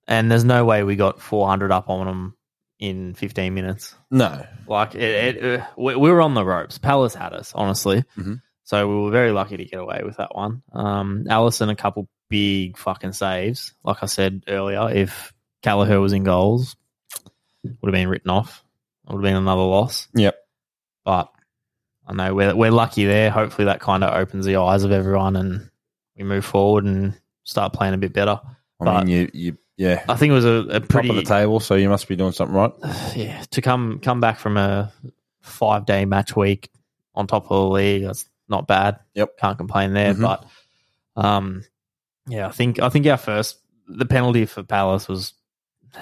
Speaker 2: And there's no way we got four hundred up on them in fifteen minutes.
Speaker 1: No,
Speaker 2: Like it, it uh, we, we were on the ropes. Palace had us, honestly.
Speaker 1: Mhm.
Speaker 2: So we were very lucky to get away with that one. Um, Allison, a couple big fucking saves. Like I said earlier, if Callagher was in goals, would have been written off. It would have been another loss.
Speaker 1: Yep.
Speaker 2: But I know we're we're lucky there. Hopefully that kind of opens the eyes of everyone, and we move forward and start playing a bit better.
Speaker 1: I
Speaker 2: But-
Speaker 1: mean you you yeah
Speaker 2: I think it was a, a pretty
Speaker 1: top of the table, so you must be doing something right.
Speaker 2: yeah, to come come back from a five day match week on top of the league. That's not bad.
Speaker 1: Yep.
Speaker 2: Can't complain there.
Speaker 1: Mhm.
Speaker 2: But um, yeah, I think I think our first the penalty for Palace was a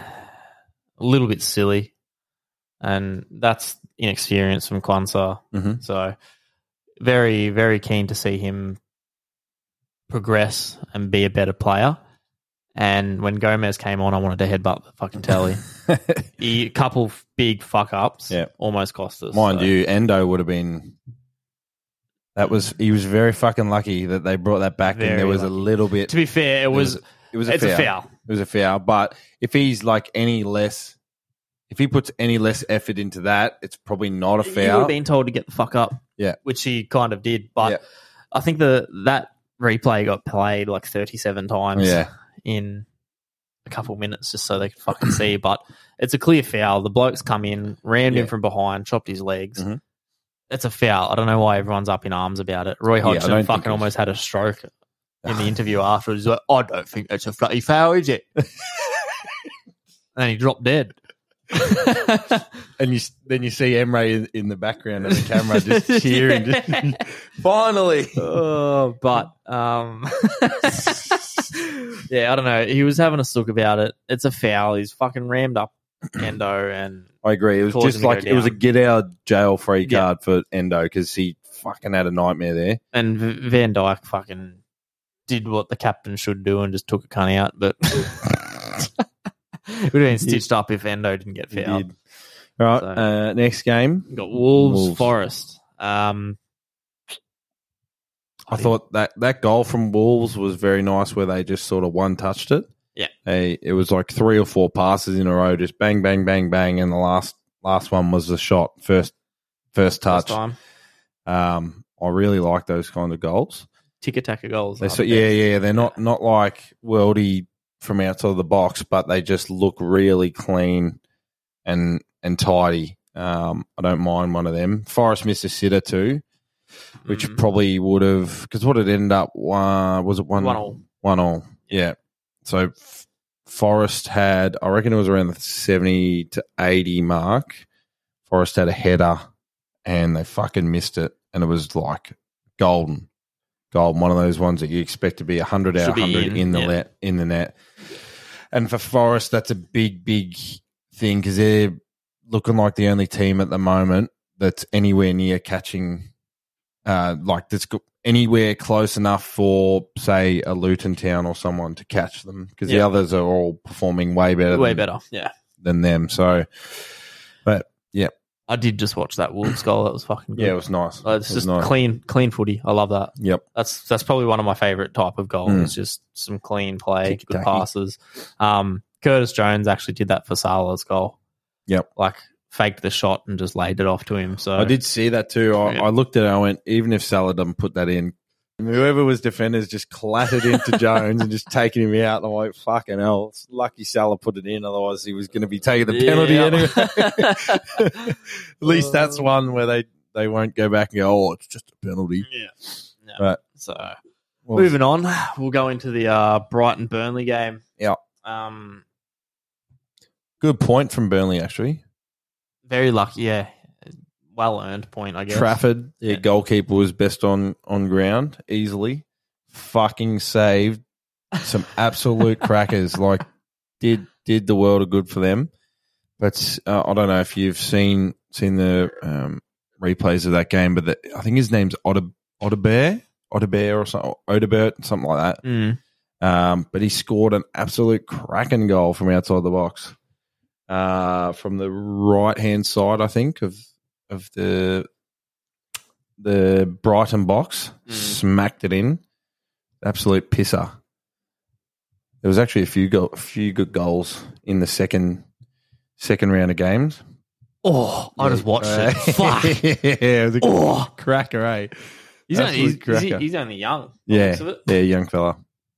Speaker 2: little bit silly, and that's inexperience from Kwanzaa.
Speaker 1: Mhm.
Speaker 2: So very very keen to see him progress and be a better player. And when Gomez came on, I wanted to headbutt the fucking telly. a couple of big fuck ups
Speaker 1: Yeah.
Speaker 2: almost cost us.
Speaker 1: Mind
Speaker 2: so.
Speaker 1: you, Endo would have been. That was he was very fucking lucky that they brought that back, and
Speaker 2: Very
Speaker 1: there was a
Speaker 2: lucky.
Speaker 1: little bit.
Speaker 2: To be fair, it was
Speaker 1: it was a
Speaker 2: it's
Speaker 1: foul.
Speaker 2: a foul.
Speaker 1: It was a foul, but if he's like any less, if he puts any less effort into that, it's probably not a
Speaker 2: You would have
Speaker 1: foul.
Speaker 2: been told to get the fuck up.
Speaker 1: Yeah.
Speaker 2: Which he kind of did. But
Speaker 1: Yeah.
Speaker 2: I think the that replay got played like thirty seven times
Speaker 1: Yeah,
Speaker 2: in a couple minutes just so they could fucking see. But it's a clear foul. The bloke's come in, rammed
Speaker 1: Yeah.
Speaker 2: him from behind, chopped his legs.
Speaker 1: Mhm.
Speaker 2: It's a foul. I don't know why everyone's up in arms about it. Roy
Speaker 1: Yeah, I
Speaker 2: Hodgson
Speaker 1: don't think
Speaker 2: fucking
Speaker 1: it's-
Speaker 2: almost had a stroke in the interview afterwards. He's like, I don't think that's a bloody foul, is it? and he dropped dead.
Speaker 1: and you s- then you see Emre in, in the background of the camera just cheering.
Speaker 2: Yeah.
Speaker 1: Finally,
Speaker 2: oh, but um, yeah, I don't know. He was having a sook about it. It's a foul. He's fucking rammed up Endo, and
Speaker 1: I agree. It was
Speaker 2: Causing
Speaker 1: just
Speaker 2: to go
Speaker 1: like it was a
Speaker 2: down.
Speaker 1: get out of jail free
Speaker 2: Yeah.
Speaker 1: card for Endo because he fucking had a nightmare there.
Speaker 2: and V- Van Dyke fucking did what the captain should do and just took a cunt out. But it would have been stitched up if Endo didn't get
Speaker 1: He
Speaker 2: fouled.
Speaker 1: did. All right,
Speaker 2: So-
Speaker 1: uh, next game.
Speaker 2: Got Wolves,
Speaker 1: Wolves.
Speaker 2: Forest. Um,
Speaker 1: I thought that that goal from Wolves was very nice, where they just sort of one touched it.
Speaker 2: Yeah.
Speaker 1: they, it was like three or four passes in a row, just bang, bang, bang, bang, and the last last one was the shot, first first
Speaker 2: first
Speaker 1: touch.
Speaker 2: time
Speaker 1: Um, I really like those kind of goals.
Speaker 2: tick attack of goals.
Speaker 1: They
Speaker 2: aren't
Speaker 1: so,
Speaker 2: they?
Speaker 1: yeah, yeah, they're not not like worldy from outside of the box, but they just look really clean and and tidy. Um, I don't mind one of them. Forest missed a sitter too, which
Speaker 2: Mhm.
Speaker 1: probably would have because what it ended up uh, was it one
Speaker 2: one all.
Speaker 1: one all. Yeah. So F- Forrest had, I reckon it was around the 70 to 80 mark. Forrest had a header and they fucking missed it. And it was like golden. Golden. One of those ones that you expect to be 100 out
Speaker 2: Should
Speaker 1: of
Speaker 2: be
Speaker 1: 100
Speaker 2: in,
Speaker 1: in, the
Speaker 2: yeah.
Speaker 1: net, in the net. And for Forrest, that's a big, big thing because they're looking like the only team at the moment that's anywhere near catching, uh, like that's go- anywhere close enough for, say, a Luton Town or someone to catch them because the
Speaker 2: Yeah.
Speaker 1: others are all performing way better,
Speaker 2: Way
Speaker 1: than,
Speaker 2: better. Yeah.
Speaker 1: than them. So, but
Speaker 2: I did just watch that Wolves goal. That was fucking good.
Speaker 1: yeah, it was nice.
Speaker 2: Like, it's
Speaker 1: It was
Speaker 2: just
Speaker 1: nice.
Speaker 2: clean, clean footy. I love that.
Speaker 1: Yep.
Speaker 2: That's that's probably one of my favorite type of goals.
Speaker 1: Mm.
Speaker 2: It's just some clean play, good
Speaker 1: Ticky-tacky.
Speaker 2: passes. Um, Curtis Jones actually did that for Salah's goal.
Speaker 1: Yep.
Speaker 2: like faked the shot and just laid it off to him. So
Speaker 1: I did see that too. I,
Speaker 2: Yeah.
Speaker 1: I looked at it. I went, even if Salah doesn't put that in, whoever was defenders just clattered into Jones and just taking him out. And I'm like, fucking hell. It's lucky Salah put it in. Otherwise, he was going to be taking the penalty
Speaker 2: Yeah.
Speaker 1: anyway. at least
Speaker 2: Uh,
Speaker 1: that's one where they, they won't go back and go, oh, it's just a penalty.
Speaker 2: Yeah. No.
Speaker 1: Right.
Speaker 2: So
Speaker 1: Well,
Speaker 2: moving on, we'll go into the uh, Brighton Burnley game.
Speaker 1: Yeah.
Speaker 2: Um,
Speaker 1: Good point from Burnley, actually.
Speaker 2: very lucky. Yeah, well earned point. I guess.
Speaker 1: Trafford, their
Speaker 2: Yeah.
Speaker 1: goalkeeper, was best on, on ground easily. Fucking saved some absolute crackers. Like did did the world a good for them. But uh, I don't know if you've seen seen the um, replays of that game, but the, I think his name's Otter Otterbear, Otterbear or something, Oderbert, something like that.
Speaker 2: Mm.
Speaker 1: Um, but he scored an absolute cracking goal from outside the box, uh, from the right hand side, I think of of the the Brighton box,
Speaker 2: Mm.
Speaker 1: smacked it in, absolute pisser. There was actually a few go- a few good goals in the second second round of games.
Speaker 2: Oh, I just watched it. Fuck.
Speaker 1: yeah, it was a
Speaker 2: Oh,
Speaker 1: cracker, eh?
Speaker 2: he's only, he's,
Speaker 1: Absolute
Speaker 2: he's-
Speaker 1: cracker.
Speaker 2: he's only young. by the
Speaker 1: Yeah.
Speaker 2: looks of it.
Speaker 1: Yeah, young fella.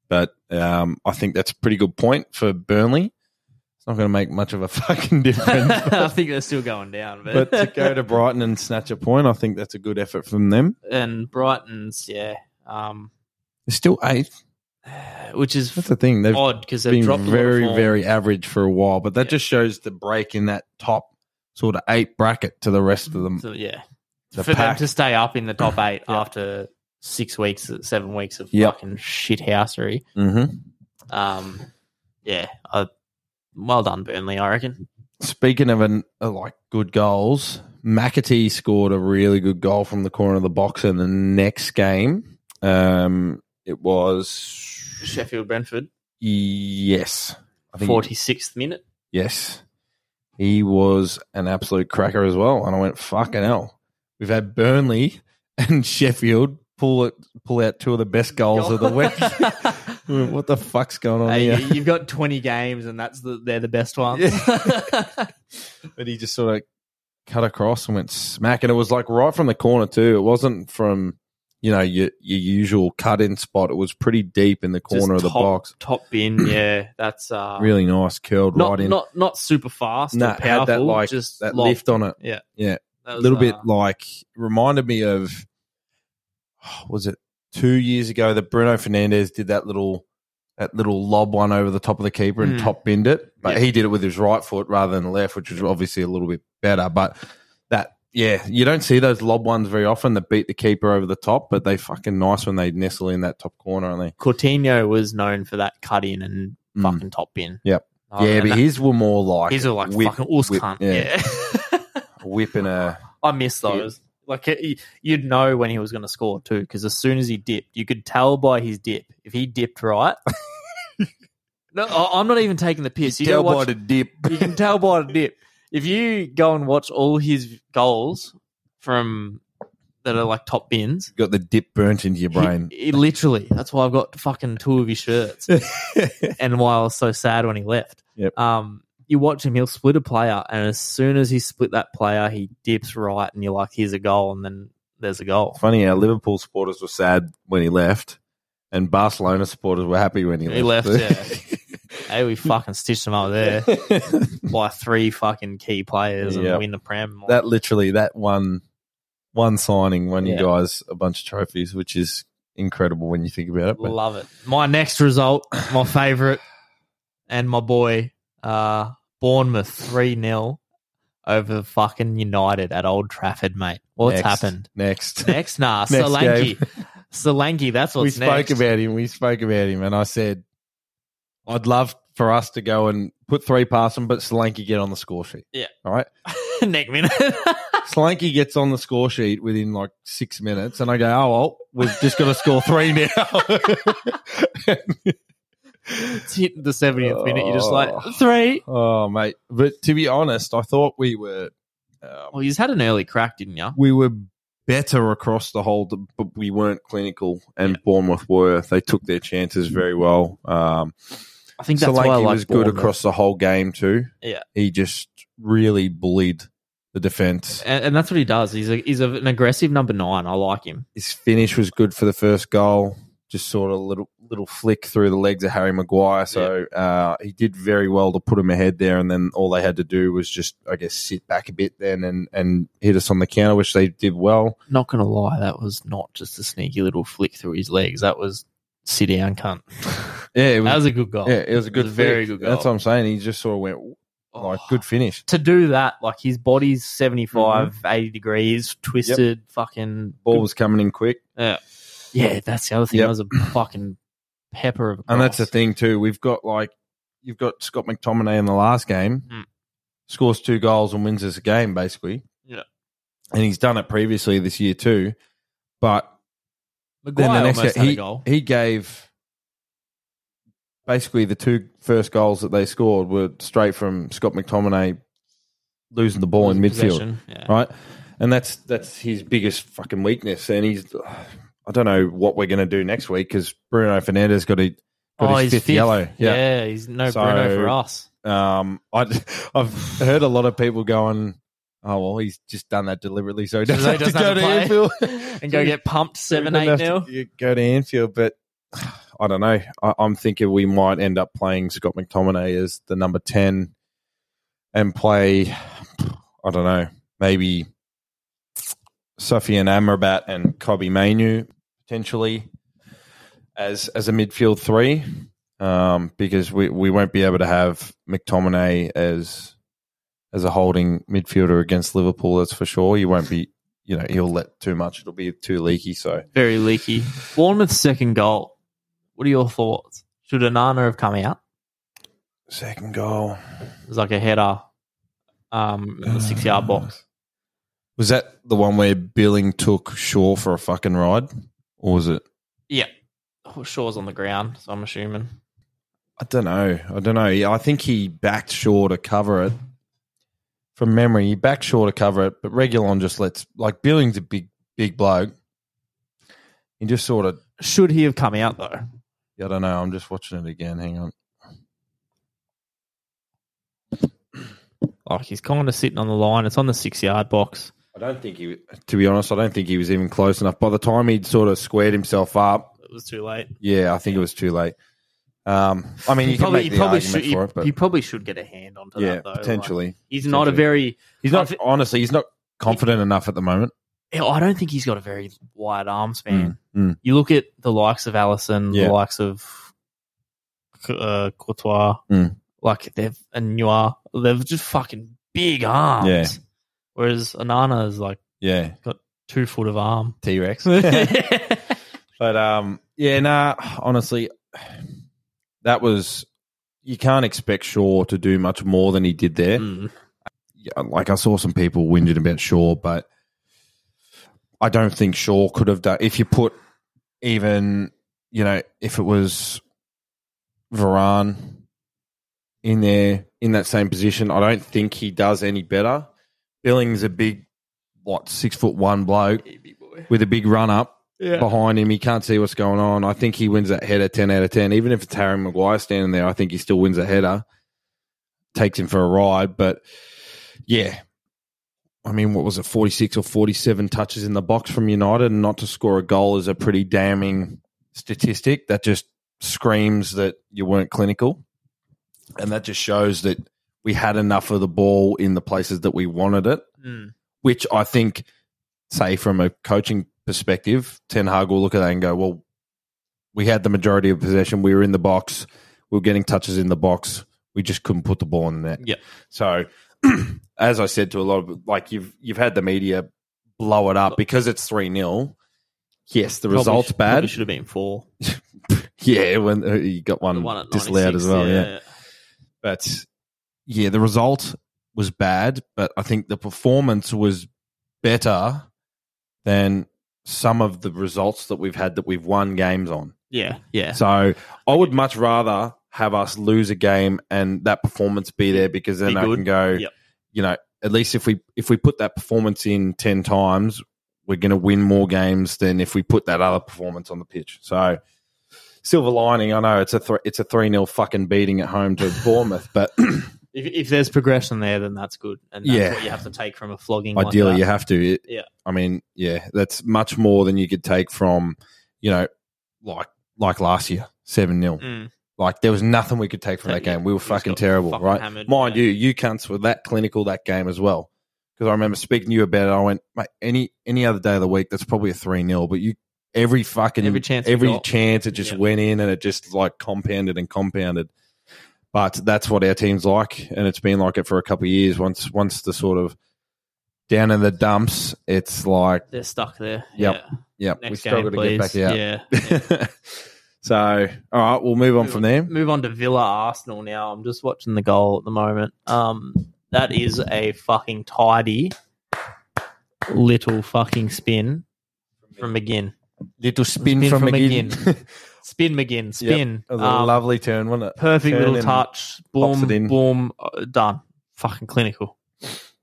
Speaker 1: But um, I think that's a pretty good point for Burnley. It's not going to make much of a fucking difference.
Speaker 2: I
Speaker 1: But,
Speaker 2: think they're still going down. But,
Speaker 1: but to go to Brighton and snatch a point, I think that's a good effort from them.
Speaker 2: and Brighton's, yeah, um,
Speaker 1: They're still eighth.
Speaker 2: which is
Speaker 1: That's the thing. They've
Speaker 2: odd because Oh, they've
Speaker 1: been
Speaker 2: dropped a lot of
Speaker 1: very,
Speaker 2: form.
Speaker 1: very average for a while, but that
Speaker 2: Yeah.
Speaker 1: just shows the break in that top sort of eight bracket to the rest of them.
Speaker 2: So yeah,
Speaker 1: The
Speaker 2: for them
Speaker 1: pack.
Speaker 2: to stay up in the top eight
Speaker 1: Yeah.
Speaker 2: after six weeks, seven weeks of
Speaker 1: Yep.
Speaker 2: fucking shit housery.
Speaker 1: Mm-hmm.
Speaker 2: Um, yeah, I, well done Burnley. I reckon.
Speaker 1: Speaking of an, uh, like good goals, McAtee scored a really good goal from the corner of the box in the next game. Um, it was
Speaker 2: Sheffield Brentford,
Speaker 1: yes, I think-
Speaker 2: forty sixth minute.
Speaker 1: Yes. He was an absolute cracker as well. And I went, fucking hell. We've had Burnley and Sheffield pull it, pull out two of the best goals of the week. I went, what the fuck's going on
Speaker 2: Hey,
Speaker 1: here?
Speaker 2: you- You've got twenty games, and that's the they're the best ones.
Speaker 1: But he just sort of cut across and went smack. And it was like right from the corner, too. It wasn't from, you know, your, your usual cut in spot. It was pretty deep in the corner of
Speaker 2: Just
Speaker 1: the
Speaker 2: top-
Speaker 1: box.
Speaker 2: Top bin, yeah, that's uh,
Speaker 1: Really nice, curled
Speaker 2: not
Speaker 1: right in.
Speaker 2: not not super fast,
Speaker 1: Nah,
Speaker 2: or
Speaker 1: had that,
Speaker 2: powerful.
Speaker 1: like,
Speaker 2: just
Speaker 1: that
Speaker 2: lob.
Speaker 1: lift on it.
Speaker 2: That
Speaker 1: a
Speaker 2: was,
Speaker 1: little bit
Speaker 2: uh,
Speaker 1: like reminded me of oh, was it two years ago that Bruno Fernandez did that little that little lob one over the top of the keeper and
Speaker 2: Hmm.
Speaker 1: top binned it, but
Speaker 2: Yeah.
Speaker 1: he did it with his right foot rather than left, which was obviously a little bit better. But that yeah, you don't see those lob ones very often that beat the keeper over the top, but they fucking nice when they nestle in that top corner, aren't
Speaker 2: Coutinho was known for that cut in and
Speaker 1: they? Mm.
Speaker 2: fucking top bin.
Speaker 1: Yep.
Speaker 2: Oh,
Speaker 1: yeah,
Speaker 2: and
Speaker 1: but
Speaker 2: that-
Speaker 1: his were more like
Speaker 2: These are like
Speaker 1: whip-
Speaker 2: fucking horse
Speaker 1: whip,
Speaker 2: cunt.
Speaker 1: yeah.
Speaker 2: Yeah.
Speaker 1: whipping a
Speaker 2: I miss those. Like he- you'd know when he was going to score too, because as soon as he dipped, you could tell by his dip. If he dipped right, no, I- I'm not even taking the piss. You,
Speaker 1: tail
Speaker 2: go watch,
Speaker 1: by the dip.
Speaker 2: you can tell by the dip. If you go and watch all his goals from that are like top bins,
Speaker 1: Got the dip burnt into your
Speaker 2: he-
Speaker 1: brain.
Speaker 2: he literally, that's why I've got fucking two of his shirts, and why I was so sad when he left.
Speaker 1: Yep.
Speaker 2: Um, you watch him; he'll split a player, and as soon as he split that player, he dips right, and you're like, "Here's a goal," and then there's a goal.
Speaker 1: Funny how Liverpool supporters were sad when he left, and Barcelona supporters were happy when he,
Speaker 2: He
Speaker 1: left.
Speaker 2: left, Hey, we fucking stitched them up there by three fucking key players and
Speaker 1: Yep.
Speaker 2: win the prem.
Speaker 1: that literally, that one, one signing won
Speaker 2: Yeah.
Speaker 1: you guys a bunch of trophies, which is incredible when you think about it. But
Speaker 2: Love it. My next result, my favourite, and my boy, uh, Bournemouth 3 0 over fucking United at Old Trafford, mate. What's
Speaker 1: next,
Speaker 2: happened?
Speaker 1: Next,
Speaker 2: Next, nah,
Speaker 1: Next
Speaker 2: Solanke. Solanke, that's
Speaker 1: we
Speaker 2: what's
Speaker 1: spoke
Speaker 2: next.
Speaker 1: about him. We spoke about him, and I said, I'd love for us to go and put three past him, but Solanke get on the score sheet.
Speaker 2: Yeah.
Speaker 1: All right.
Speaker 2: Next minute.
Speaker 1: Solanke gets on the score sheet within like six minutes, and I go, "Oh well, we've just got to score three now."
Speaker 2: it's hit the 70th minute. You're just like, three.
Speaker 1: oh, mate! But to be honest, I thought we were um,
Speaker 2: Well, he's had an early crack, didn't you?
Speaker 1: we were better across the whole, but we weren't clinical. And Bournemouth were; they took their chances very well. Um,
Speaker 2: I think that's why I
Speaker 1: Solanke
Speaker 2: like
Speaker 1: was good
Speaker 2: Bournemouth.
Speaker 1: across the whole game too.
Speaker 2: Yeah.
Speaker 1: he just really bullied the defense.
Speaker 2: And, and that's what he does. He's a, he's a, an aggressive number nine. I like him.
Speaker 1: his finish was good for the first goal. Just sort of little little flick through the legs of Harry Maguire. So uh, he did very well to put him ahead there, and then all they had to do was just, I guess, sit back a bit then and and hit us on the counter, which they did well.
Speaker 2: not gonna lie, that was not just a sneaky little flick through his legs. That was sit down, cunt.
Speaker 1: Yeah, it was,
Speaker 2: that was a good goal.
Speaker 1: yeah, it was a good,
Speaker 2: was a very
Speaker 1: finish.
Speaker 2: good goal.
Speaker 1: That's what I'm saying. He just sort of went
Speaker 2: Oh.
Speaker 1: like good finish.
Speaker 2: To do that, like his body's 75, 80 degrees, twisted, fucking
Speaker 1: Mm-hmm. Ball was coming in quick,
Speaker 2: Yeah, that's the other thing.
Speaker 1: Yep.
Speaker 2: That was a fucking pepper of a
Speaker 1: and that's the
Speaker 2: cross.
Speaker 1: thing too. We've got like you've got Scott McTominay in the last game,
Speaker 2: Mm.
Speaker 1: scores two goals and wins us a game basically.
Speaker 2: Yeah.
Speaker 1: and he's done it previously this year too, but.
Speaker 2: Maguire
Speaker 1: Then the next
Speaker 2: almost
Speaker 1: guy-
Speaker 2: had a goal.
Speaker 1: he gave basically the two first goals that they scored were straight from Scott McTominay losing the ball in midfield,
Speaker 2: Possession, yeah.
Speaker 1: right? And that's that's his biggest fucking weakness. And he's I don't know what we're going to do next week because Bruno Fernandez got, a, got
Speaker 2: Oh,
Speaker 1: his
Speaker 2: he's
Speaker 1: fifth,
Speaker 2: fifth.
Speaker 1: yellow.
Speaker 2: Yeah. he's no
Speaker 1: So-
Speaker 2: Bruno for us.
Speaker 1: Um, I I've heard a lot of people going, oh well, he's just done that deliberately, so he
Speaker 2: So
Speaker 1: doesn't,
Speaker 2: he
Speaker 1: have to go
Speaker 2: doesn't
Speaker 1: to
Speaker 2: have
Speaker 1: Anfield
Speaker 2: And go get pumped 7
Speaker 1: We
Speaker 2: 8
Speaker 1: don't
Speaker 2: nil.
Speaker 1: have to Go to Anfield, but I don't know. I, I'm thinking we might end up playing Scott McTominay as the number ten, and play I don't know maybe Sofian Amrabat and Kobe Mainu potentially as as a midfield three, um, because we we won't be able to have McTominay as as a holding midfielder against Liverpool. That's for sure. You won't be, you know, he'll let too much. It'll be too leaky. So
Speaker 2: Very leaky. Bournemouth's second goal. What are your thoughts? Should Anana have come out?
Speaker 1: second goal
Speaker 2: It was like a header um,
Speaker 1: Ah,
Speaker 2: in the six yard box.
Speaker 1: was that the one where Billing took Shaw for a fucking ride, or was it?
Speaker 2: Yeah. Oh, Shaw's on the ground, so I'm assuming.
Speaker 1: I don't know. I don't know. Yeah, I think he backed Shaw to cover it. From memory, he backed Shaw to cover it, but Regulon just lets like Billing's a big big bloke. He just sort of
Speaker 2: Should he have come out, though?
Speaker 1: I don't know. I'm just watching it again. Hang on.
Speaker 2: Like, he's kind of sitting on the line. It's on the six yard box.
Speaker 1: I don't think he. To be honest, I don't think he was even close enough. By the time he'd sort of squared himself up,
Speaker 2: It was too late.
Speaker 1: yeah, I think it was too late. Um, I mean, you
Speaker 2: He
Speaker 1: can
Speaker 2: probably,
Speaker 1: make
Speaker 2: he
Speaker 1: the
Speaker 2: probably
Speaker 1: argument
Speaker 2: should, he,
Speaker 1: for it, but
Speaker 2: he probably should get a hand onto
Speaker 1: yeah,
Speaker 2: that, though. Like,
Speaker 1: potentially.
Speaker 2: he's not a very.
Speaker 1: He's not honestly. He's not confident enough at the moment.
Speaker 2: Eh, I don't think he's got a very wide arm span.
Speaker 1: Mm, mm.
Speaker 2: You look at the likes of Allison,
Speaker 1: Yeah.
Speaker 2: the likes of uh, Courtois,
Speaker 1: Mm.
Speaker 2: like they've and Noir, they've just fucking big arms.
Speaker 1: Yeah.
Speaker 2: Whereas Anana is like
Speaker 1: Yeah,
Speaker 2: two foot of arm. Mm.
Speaker 1: T Rex.
Speaker 2: yeah,
Speaker 1: But um, yeah, nah. Honestly, that was you can't expect Shaw to do much more than he did there. Yeah, Like I saw some people whinging about Shaw, but I don't think Shaw could have done. If you put even you know if it was Varane in there in that same position, I don't think he does any better. Billings a big what six foot one bloke with a big run up
Speaker 2: yeah.
Speaker 1: behind him. He can't see what's going on. I think he wins that header 10 out of 10. Even if it's Harry Maguire standing there, I think he still wins that header. Takes him for a ride. But yeah, I mean, what was it, 46 or 47 touches in the box from United and not to score a goal is a pretty damning statistic that just screams that you weren't clinical. And that just shows that we had enough of the ball in the places that we wanted it
Speaker 2: Mm.
Speaker 1: which I think, say from a coaching perspective, Ten Hag will look at that and go, "Well, we had the majority of possession. We were in the box. We were getting touches in the box. We just couldn't put the ball in the net."
Speaker 2: Yeah.
Speaker 1: So, as I said to a lot of like you've you've had the media blow it up because it's three 0 Yes, the
Speaker 2: Probably
Speaker 1: results
Speaker 2: sh-
Speaker 1: bad.
Speaker 2: Probably should have been four.
Speaker 1: Yeah, when uh, you got
Speaker 2: The
Speaker 1: one,
Speaker 2: one at
Speaker 1: disallowed as
Speaker 2: 96,
Speaker 1: well. yeah. But yeah, the result was bad, but I think the performance was better than some of the results that we've had that we've won games on.
Speaker 2: yeah, yeah.
Speaker 1: So I would much rather have us lose a game and that performance be there because then
Speaker 2: Be
Speaker 1: I
Speaker 2: good.
Speaker 1: can go,
Speaker 2: Yep.
Speaker 1: you know, at least if we if we put that performance in ten times, we're going to win more games than if we put that other performance on the pitch. So silver lining, I know it's a thr it's a three 0 fucking beating at home to Bournemouth, but
Speaker 2: If, if there's progression there, then that's good, and that's
Speaker 1: Yeah.
Speaker 2: what you have to take from a flogging.
Speaker 1: ideally
Speaker 2: like
Speaker 1: you
Speaker 2: that.
Speaker 1: have to It-
Speaker 2: Yeah.
Speaker 1: i mean yeah that's much more than you could take from you know like like last year 7-0
Speaker 2: Mm.
Speaker 1: like there was nothing we could take from
Speaker 2: Yeah,
Speaker 1: that game we
Speaker 2: we
Speaker 1: were
Speaker 2: just
Speaker 1: fucking
Speaker 2: got
Speaker 1: terrible
Speaker 2: fucking
Speaker 1: right
Speaker 2: hammered,
Speaker 1: mind
Speaker 2: yeah.
Speaker 1: you you cunts were that clinical that game as well because i remember speaking to you about it i went Mate, any any other day of the week that's probably a 3-0 but you every fucking
Speaker 2: Every chance we
Speaker 1: every
Speaker 2: got.
Speaker 1: chance it just
Speaker 2: Yeah.
Speaker 1: went in and it just like compounded and compounded but that's what our team's like, and it's been like it for a couple of years. Once once the sort of down in the dumps, it's like
Speaker 2: They're stuck there.
Speaker 1: Yep.
Speaker 2: Yeah.
Speaker 1: yeah, we
Speaker 2: Next
Speaker 1: struggle
Speaker 2: game,
Speaker 1: to
Speaker 2: please.
Speaker 1: get back out.
Speaker 2: Yeah.
Speaker 1: so all right, we'll move on from there.
Speaker 2: Move on to Villa Arsenal now. I'm just watching the goal at the moment. Um, that is a fucking tidy little fucking spin from McGinn.
Speaker 1: Little spin,
Speaker 2: Spin
Speaker 1: from,
Speaker 2: from
Speaker 1: McGinn.
Speaker 2: Spin McGinn. Spin.
Speaker 1: That was a
Speaker 2: Um,
Speaker 1: lovely turn, wasn't it?
Speaker 2: perfect
Speaker 1: turn
Speaker 2: little
Speaker 1: and pops
Speaker 2: touch. Boom.
Speaker 1: it in.
Speaker 2: Boom. uh, Done. Fucking clinical.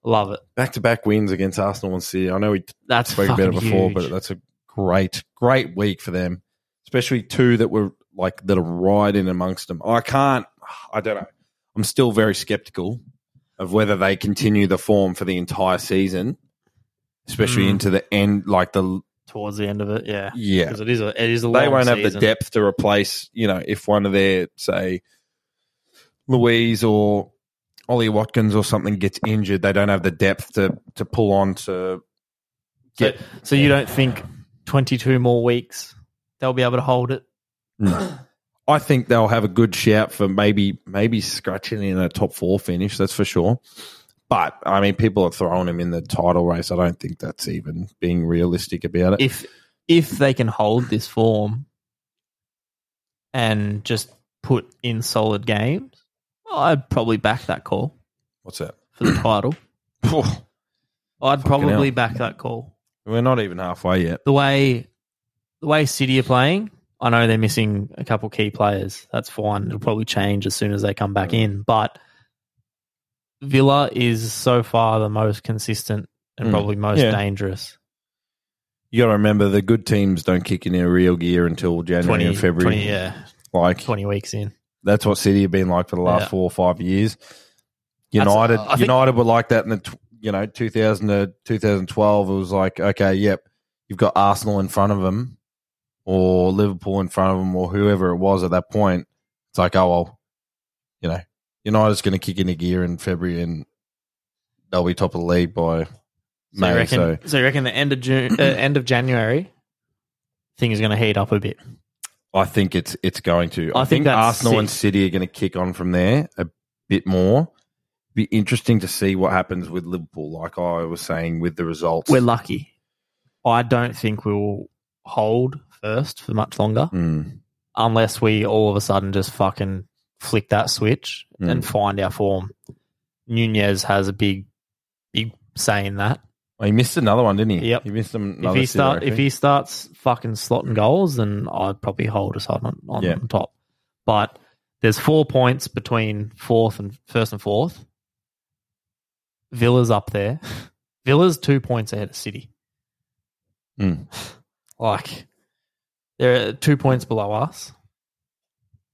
Speaker 2: Love it.
Speaker 1: Back to back wins against Arsenal and City. I know we
Speaker 2: That's
Speaker 1: spoke
Speaker 2: fucking
Speaker 1: about it before,
Speaker 2: huge.
Speaker 1: but that's a great, great week for them, especially two that were like that are right in amongst them. I can't, I don't know. I'm still very skeptical of whether they continue the form for the entire season, especially
Speaker 2: Mm.
Speaker 1: into the end, like the
Speaker 2: towards the end of it. Yeah.
Speaker 1: yeah.
Speaker 2: Because it is a it is a
Speaker 1: They
Speaker 2: long
Speaker 1: won't have the
Speaker 2: season.
Speaker 1: depth to replace, you know, if one of their say Louise or Ollie Watkins or something gets injured, they don't have the depth to to pull on to
Speaker 2: So, so you don't think 22 more weeks they'll be able to hold it?
Speaker 1: I think they'll have a good shout for maybe maybe scratching in a top four finish. That's for sure. But I mean, people are throwing him in the title race. I don't think that's even being realistic about it.
Speaker 2: if if they can hold this form and just put in solid games, well, I'd probably back that call
Speaker 1: What's that?
Speaker 2: for the title. I'd probably
Speaker 1: hell.
Speaker 2: back that call.
Speaker 1: We're not even halfway yet.
Speaker 2: The way the way City are playing, I know they're missing a couple key players. That's fine. It'll probably change as soon as they come back in. But Villa is so far the most consistent and
Speaker 1: Mm.
Speaker 2: probably most
Speaker 1: Yeah.
Speaker 2: dangerous.
Speaker 1: You got to remember the good teams don't kick in their real gear until January
Speaker 2: 20,
Speaker 1: and February.
Speaker 2: 20, yeah,
Speaker 1: Like
Speaker 2: 20 weeks in.
Speaker 1: that's what City have been like for the last
Speaker 2: Yeah.
Speaker 1: four or five years.
Speaker 2: That's- uh,
Speaker 1: United,
Speaker 2: I think-
Speaker 1: United were like that in the tw- you know 2000 to 2012. It was like okay, yep, you've got Arsenal in front of them, or Liverpool in front of them, or whoever it was at that point. It's like oh well, you know, United's going to kick into gear in February and they'll be top of the league by
Speaker 2: So you
Speaker 1: May.
Speaker 2: reckon?
Speaker 1: so
Speaker 2: So, you reckon the end of June, uh, end of January, things are going to heat up a bit.
Speaker 1: I think it's it's going to.
Speaker 2: I
Speaker 1: I,
Speaker 2: think
Speaker 1: think,
Speaker 2: that's
Speaker 1: Arsenal and
Speaker 2: six.
Speaker 1: City are going to kick on from there a bit more. Be interesting to see what happens with Liverpool. Like I was saying, with the results,
Speaker 2: We're lucky. I don't think we will hold first for much longer,
Speaker 1: Mm,
Speaker 2: unless we all of a sudden just fucking flick that switch
Speaker 1: Mm.
Speaker 2: and find our form. Nunez has a big, big say in that.
Speaker 1: Well, he missed another one, didn't he?
Speaker 2: Yep.
Speaker 1: He missed him
Speaker 2: if
Speaker 1: another.
Speaker 2: he
Speaker 1: City,
Speaker 2: start,
Speaker 1: I
Speaker 2: if
Speaker 1: think.
Speaker 2: he starts fucking slotting goals, then I'd probably hold us on on
Speaker 1: Yeah.
Speaker 2: top. But there's four points between fourth and first and fourth. Villa's up there. Villa's two points ahead of City.
Speaker 1: Mm.
Speaker 2: Like they're two points below us.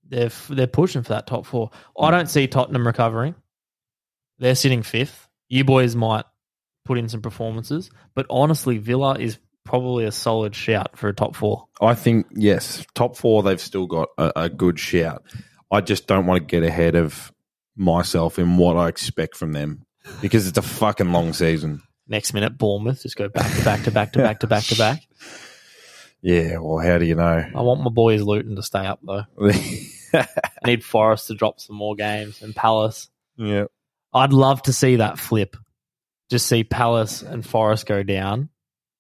Speaker 2: They're f- they're pushing for that top four.
Speaker 1: Hmm.
Speaker 2: I don't see Tottenham recovering. They're sitting fifth. You boys might put in some performances, but honestly, Villa is probably a solid shout for a top four.
Speaker 1: I think yes, top four. They've still got a, a good shout. I just don't want to get ahead of myself in what I expect from them because it's a fucking long season.
Speaker 2: Next minute, Bournemouth just go back to back to back to back to back to back.
Speaker 1: Yeah. Well, how do you know?
Speaker 2: I want my boys Luton to stay up though. I need Forest to drop some more games and Palace.
Speaker 1: yeah.
Speaker 2: I'd love to see that flip. Just see Palace and Forest go down,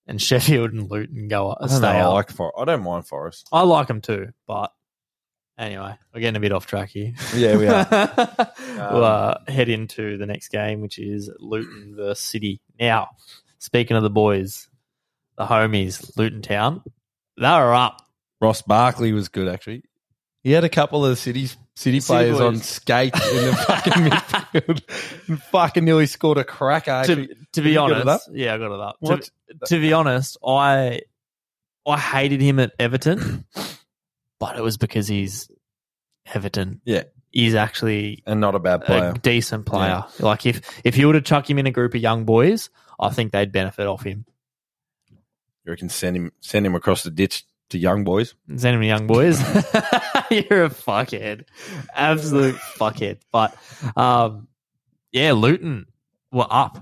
Speaker 2: and Sheffield and Luton go up,
Speaker 1: I don't know.
Speaker 2: stay
Speaker 1: I
Speaker 2: up.
Speaker 1: like for. I don't mind Forest.
Speaker 2: I like them too, but anyway, we're getting a bit off track here.
Speaker 1: Yeah, we are. Um,
Speaker 2: we'll uh, head into the next game, which is Luton versus City. Now, speaking of the boys, the homies, Luton Town, they were up.
Speaker 1: Ross Barkley was good actually. He had a couple of city city
Speaker 2: City
Speaker 1: players
Speaker 2: boys.
Speaker 1: on skate in the fucking midfield, and fucking nearly scored a cracker.
Speaker 2: To,
Speaker 1: Actually,
Speaker 2: to be
Speaker 1: you got it
Speaker 2: honest, yeah, I got it up. To-
Speaker 1: What?
Speaker 2: to be honest, I I hated him at Everton, but it was because he's Everton.
Speaker 1: Yeah.
Speaker 2: he's actually
Speaker 1: and not a bad player.
Speaker 2: a decent player. Like if if you were to chuck him in a group of young boys, I think they'd benefit off him.
Speaker 1: you reckon send him send him across the ditch to young boys?
Speaker 2: Send him to young boys. You're a fuckhead, absolute fuckhead. But um, yeah, Luton were up.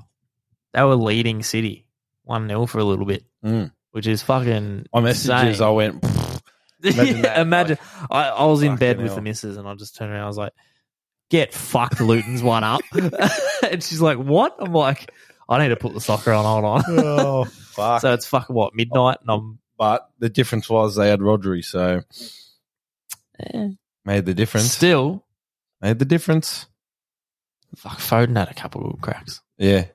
Speaker 2: They were leading City one 0 for a little bit,
Speaker 1: Mm.
Speaker 2: which is fucking.
Speaker 1: My messages,
Speaker 2: insane.
Speaker 1: I went. "Pfft." Imagine
Speaker 2: Imagine.
Speaker 1: that,
Speaker 2: I, I was in
Speaker 1: fucking
Speaker 2: bed with
Speaker 1: hell.
Speaker 2: the missus and I just turned around. I was like, get fucked Luton's one up. and she's like, what? I'm like, I need to put the soccer on. Hold on.
Speaker 1: oh fuck!
Speaker 2: so it's fucking what, midnight? And I'm,
Speaker 1: but the difference was they had Rodri, so made the difference.
Speaker 2: still,
Speaker 1: made the difference.
Speaker 2: fuck, Foden had a couple of good cracks.
Speaker 1: Yeah.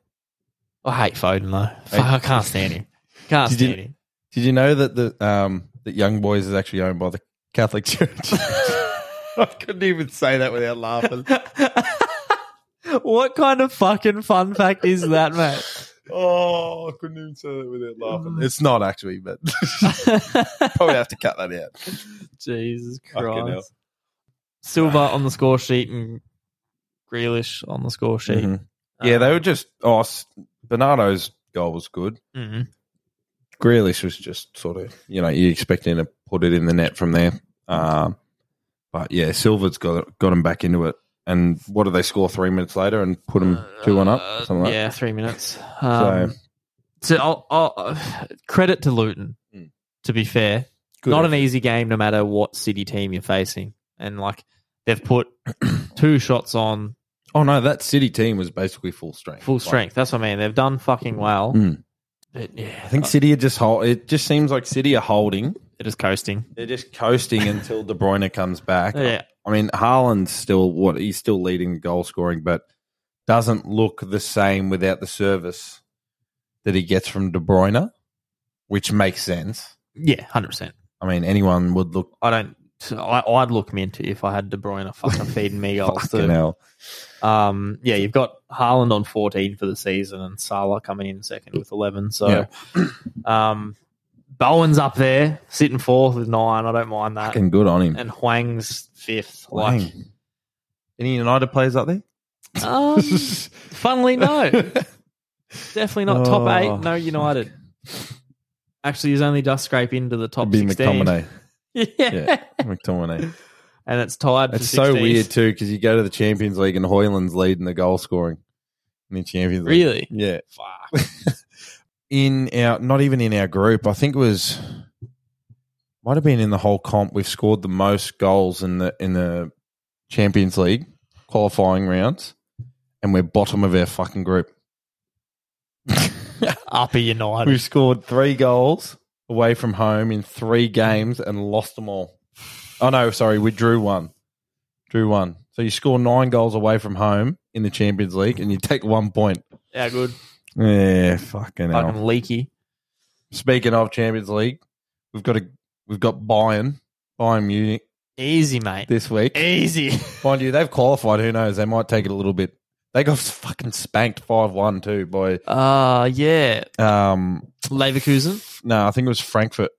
Speaker 2: I hate Foden though. Fuck, I can't stand him. Can't
Speaker 1: Did you-
Speaker 2: stand him.
Speaker 1: Did you know that the um that young boys is actually owned by the Catholic Church? I couldn't even say that without laughing.
Speaker 2: what kind of fucking fun fact is that, mate?
Speaker 1: Oh, I couldn't even say that without
Speaker 2: laughing.
Speaker 1: It's not actually, but probably have to cut that out.
Speaker 2: Jesus
Speaker 1: Fucking hell.
Speaker 2: Christ. Silva on the score sheet and Grealish on the score sheet.
Speaker 1: Mm-hmm. Yeah, they were just. Oh, S- Bernardo's goal was good.
Speaker 2: Mhm.
Speaker 1: Grealish was just sort of, you know, you expect him to put it in the net from there. Um, but yeah, Silva's got got him back into it. And what did they score three minutes later and put him two one up? Something like
Speaker 2: Uh, yeah, three minutes. Um, so, I'll, I'll, credit to Luton.
Speaker 1: Mm.
Speaker 2: To be fair,
Speaker 1: Good
Speaker 2: not an
Speaker 1: effort.
Speaker 2: easy game, no matter what city team you're facing, and like they've put two shots on
Speaker 1: Oh no, that City team was basically full strength.
Speaker 2: Full
Speaker 1: Like,
Speaker 2: strength. That's what I mean. They've done fucking well.
Speaker 1: Mm.
Speaker 2: But yeah,
Speaker 1: I think City are just hold. It just seems like City are holding.
Speaker 2: they're just coasting.
Speaker 1: They're just coasting until De Bruyne comes back.
Speaker 2: Yeah.
Speaker 1: I mean, Haaland's still what he's still leading goal scoring, but doesn't look the same without the service that he gets from De Bruyne, which makes sense.
Speaker 2: Yeah, 100%.
Speaker 1: I mean, anyone would look
Speaker 2: I don't. I, I'd look minty if I had De Bruyne fucking feeding me goals
Speaker 1: fucking
Speaker 2: too.
Speaker 1: hell.
Speaker 2: Um, yeah, you've got Haaland on 14 for the season and Salah coming in second with 11. So, um, Bowen's up there, sitting fourth with nine. I don't mind that.
Speaker 1: Fucking good on him.
Speaker 2: and Huang's fifth. Like,
Speaker 1: Dang. Any United players up there?
Speaker 2: um, funnily, no, definitely not top
Speaker 1: Oh,
Speaker 2: eight. No United. Actually, he's only just scraped into the top
Speaker 1: It'd be
Speaker 2: 16.
Speaker 1: McTominay.
Speaker 2: yeah.
Speaker 1: Yeah. McTominay.
Speaker 2: and it's tied. for
Speaker 1: It's so
Speaker 2: 16th.
Speaker 1: weird too because you go to the Champions League and Hoyland's leading the goal scoring in the Champions League.
Speaker 2: Really?
Speaker 1: Yeah.
Speaker 2: Fuck.
Speaker 1: In our not even in our group, I think it was might have been in the whole comp. We've scored the most goals in the in the Champions League qualifying rounds, and we're bottom of our fucking group.
Speaker 2: Upper United.
Speaker 1: We've scored three goals away from home in three games and lost them all. Oh no, sorry, we drew one. Drew one. So you score nine goals away from home in the Champions League and you take one point.
Speaker 2: Yeah, good.
Speaker 1: Yeah, fucking hell.
Speaker 2: Fucking leaky.
Speaker 1: Speaking of Champions League, we've got a we've got Bayern, Bayern Munich
Speaker 2: Easy, mate.
Speaker 1: this week.
Speaker 2: Eh. Easy.
Speaker 1: Mind you, they've qualified. Who knows? They might take it a little bit. They got fucking spanked five one too by
Speaker 2: Uh yeah.
Speaker 1: um
Speaker 2: Leverkusen.
Speaker 1: no, I think it was Frankfurt,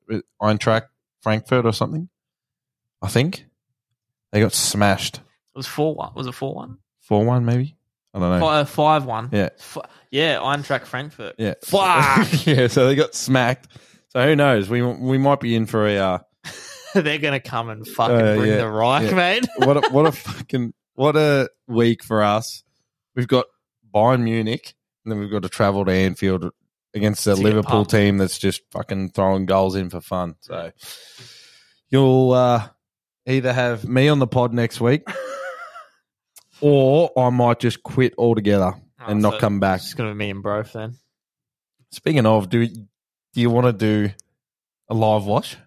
Speaker 1: Eintracht Frankfurt or something. I think they got smashed
Speaker 2: It was four one. Was it four one?
Speaker 1: four one, maybe. I don't know.
Speaker 2: Five, five one.
Speaker 1: Yeah,
Speaker 2: F- yeah, Eintracht Frankfurt.
Speaker 1: yeah,
Speaker 2: Fuck.
Speaker 1: yeah. So they got smacked. So who knows? We we might be in for a uh,
Speaker 2: They're gonna come and fucking
Speaker 1: Uh,
Speaker 2: bring
Speaker 1: yeah,
Speaker 2: the Reich,
Speaker 1: yeah.
Speaker 2: mate.
Speaker 1: what a, what a fucking what a week for us. We've got Bayern Munich, and then we've got to travel to Anfield against the
Speaker 2: To get
Speaker 1: Liverpool
Speaker 2: pumped.
Speaker 1: team that's just fucking throwing goals in for fun. So you'll uh, either have me on the pod next week, or I might just quit altogether and
Speaker 2: Oh,
Speaker 1: not
Speaker 2: so
Speaker 1: come back.
Speaker 2: It's gonna be me and Brof then.
Speaker 1: Speaking of, do do you want to do a live watch? Of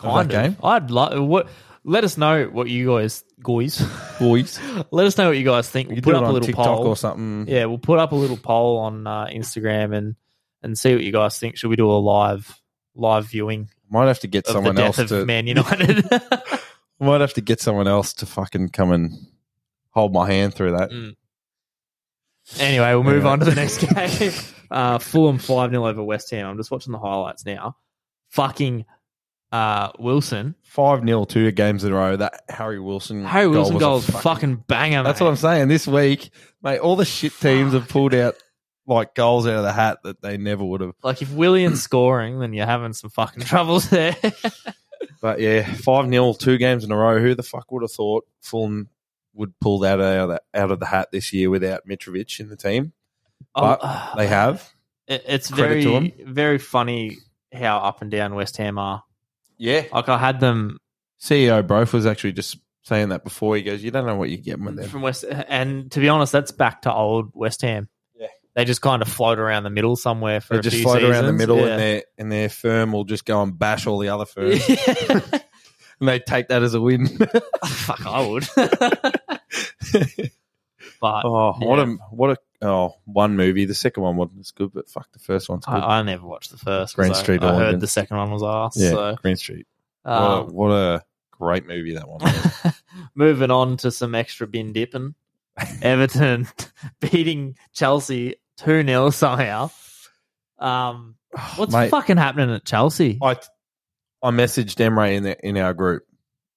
Speaker 1: that
Speaker 2: Kind of.
Speaker 1: game?
Speaker 2: I'd like. What? Let us know what you guys, guys.
Speaker 1: Boys,
Speaker 2: let us know what you guys think.
Speaker 1: you can
Speaker 2: We'll put
Speaker 1: do it
Speaker 2: up a
Speaker 1: on
Speaker 2: little
Speaker 1: TikTok
Speaker 2: poll.
Speaker 1: or something.
Speaker 2: Yeah, we'll put up a little poll on uh, Instagram and and see what you guys think. Should we do a live live viewing
Speaker 1: Might have to get
Speaker 2: of
Speaker 1: someone
Speaker 2: the
Speaker 1: else
Speaker 2: death of
Speaker 1: to
Speaker 2: Man United?
Speaker 1: Might have to get someone else to fucking come and hold my hand through that.
Speaker 2: anyway, we'll move
Speaker 1: Yeah.
Speaker 2: on to the next game. Uh, Fulham five 0 over West Ham. I'm just watching the highlights now. Fucking uh, Wilson,
Speaker 1: Five 0 two games in a row. That Harry Wilson,
Speaker 2: Harry Wilson goal
Speaker 1: Mm, was
Speaker 2: is
Speaker 1: a
Speaker 2: fucking, banger.
Speaker 1: That's
Speaker 2: mate.
Speaker 1: what I'm saying. This week, mate, all the shit teams have pulled out like goals out of the hat that they never would have.
Speaker 2: Like if Willian's scoring, then you're having some fucking troubles there.
Speaker 1: But yeah, five 0 two games in a row. Who the fuck would have thought Fulham would pull that out of the, out of the hat this year without Mitrovic in the team? But
Speaker 2: Oh,
Speaker 1: They have.
Speaker 2: it- it's
Speaker 1: Credit
Speaker 2: very
Speaker 1: to
Speaker 2: very funny how up and down West Ham are.
Speaker 1: Yeah,
Speaker 2: Like I had them
Speaker 1: CEO E Brof was actually just saying that before. He goes, "You don't know what you're getting with them."
Speaker 2: from West, and to be honest, that's back to old West Ham.
Speaker 1: Yeah.
Speaker 2: They just kind of float around the middle somewhere for
Speaker 1: They
Speaker 2: a
Speaker 1: just
Speaker 2: few
Speaker 1: float around the
Speaker 2: seasons.
Speaker 1: middle,
Speaker 2: Yeah.
Speaker 1: and their and their firm will just go and bash all the other firms, and they take that as a win.
Speaker 2: Fuck, I would. but
Speaker 1: oh, what a
Speaker 2: Yeah.
Speaker 1: what a oh one movie. The second one wasn't as good, but fuck, the first one's good.
Speaker 2: I, I never watched the first. 'cause
Speaker 1: Green
Speaker 2: I-
Speaker 1: Street
Speaker 2: I, heard
Speaker 1: Origin.
Speaker 2: the second one was ass.
Speaker 1: yeah,
Speaker 2: So,
Speaker 1: Green Street. what,
Speaker 2: um,
Speaker 1: a, what a great movie that one. was.
Speaker 2: moving on to some extra bin dipping. Everton beating Chelsea 2 0 somehow. Um, what's
Speaker 1: Mate,
Speaker 2: fucking happening at Chelsea?
Speaker 1: I I messaged Emre in the, in our group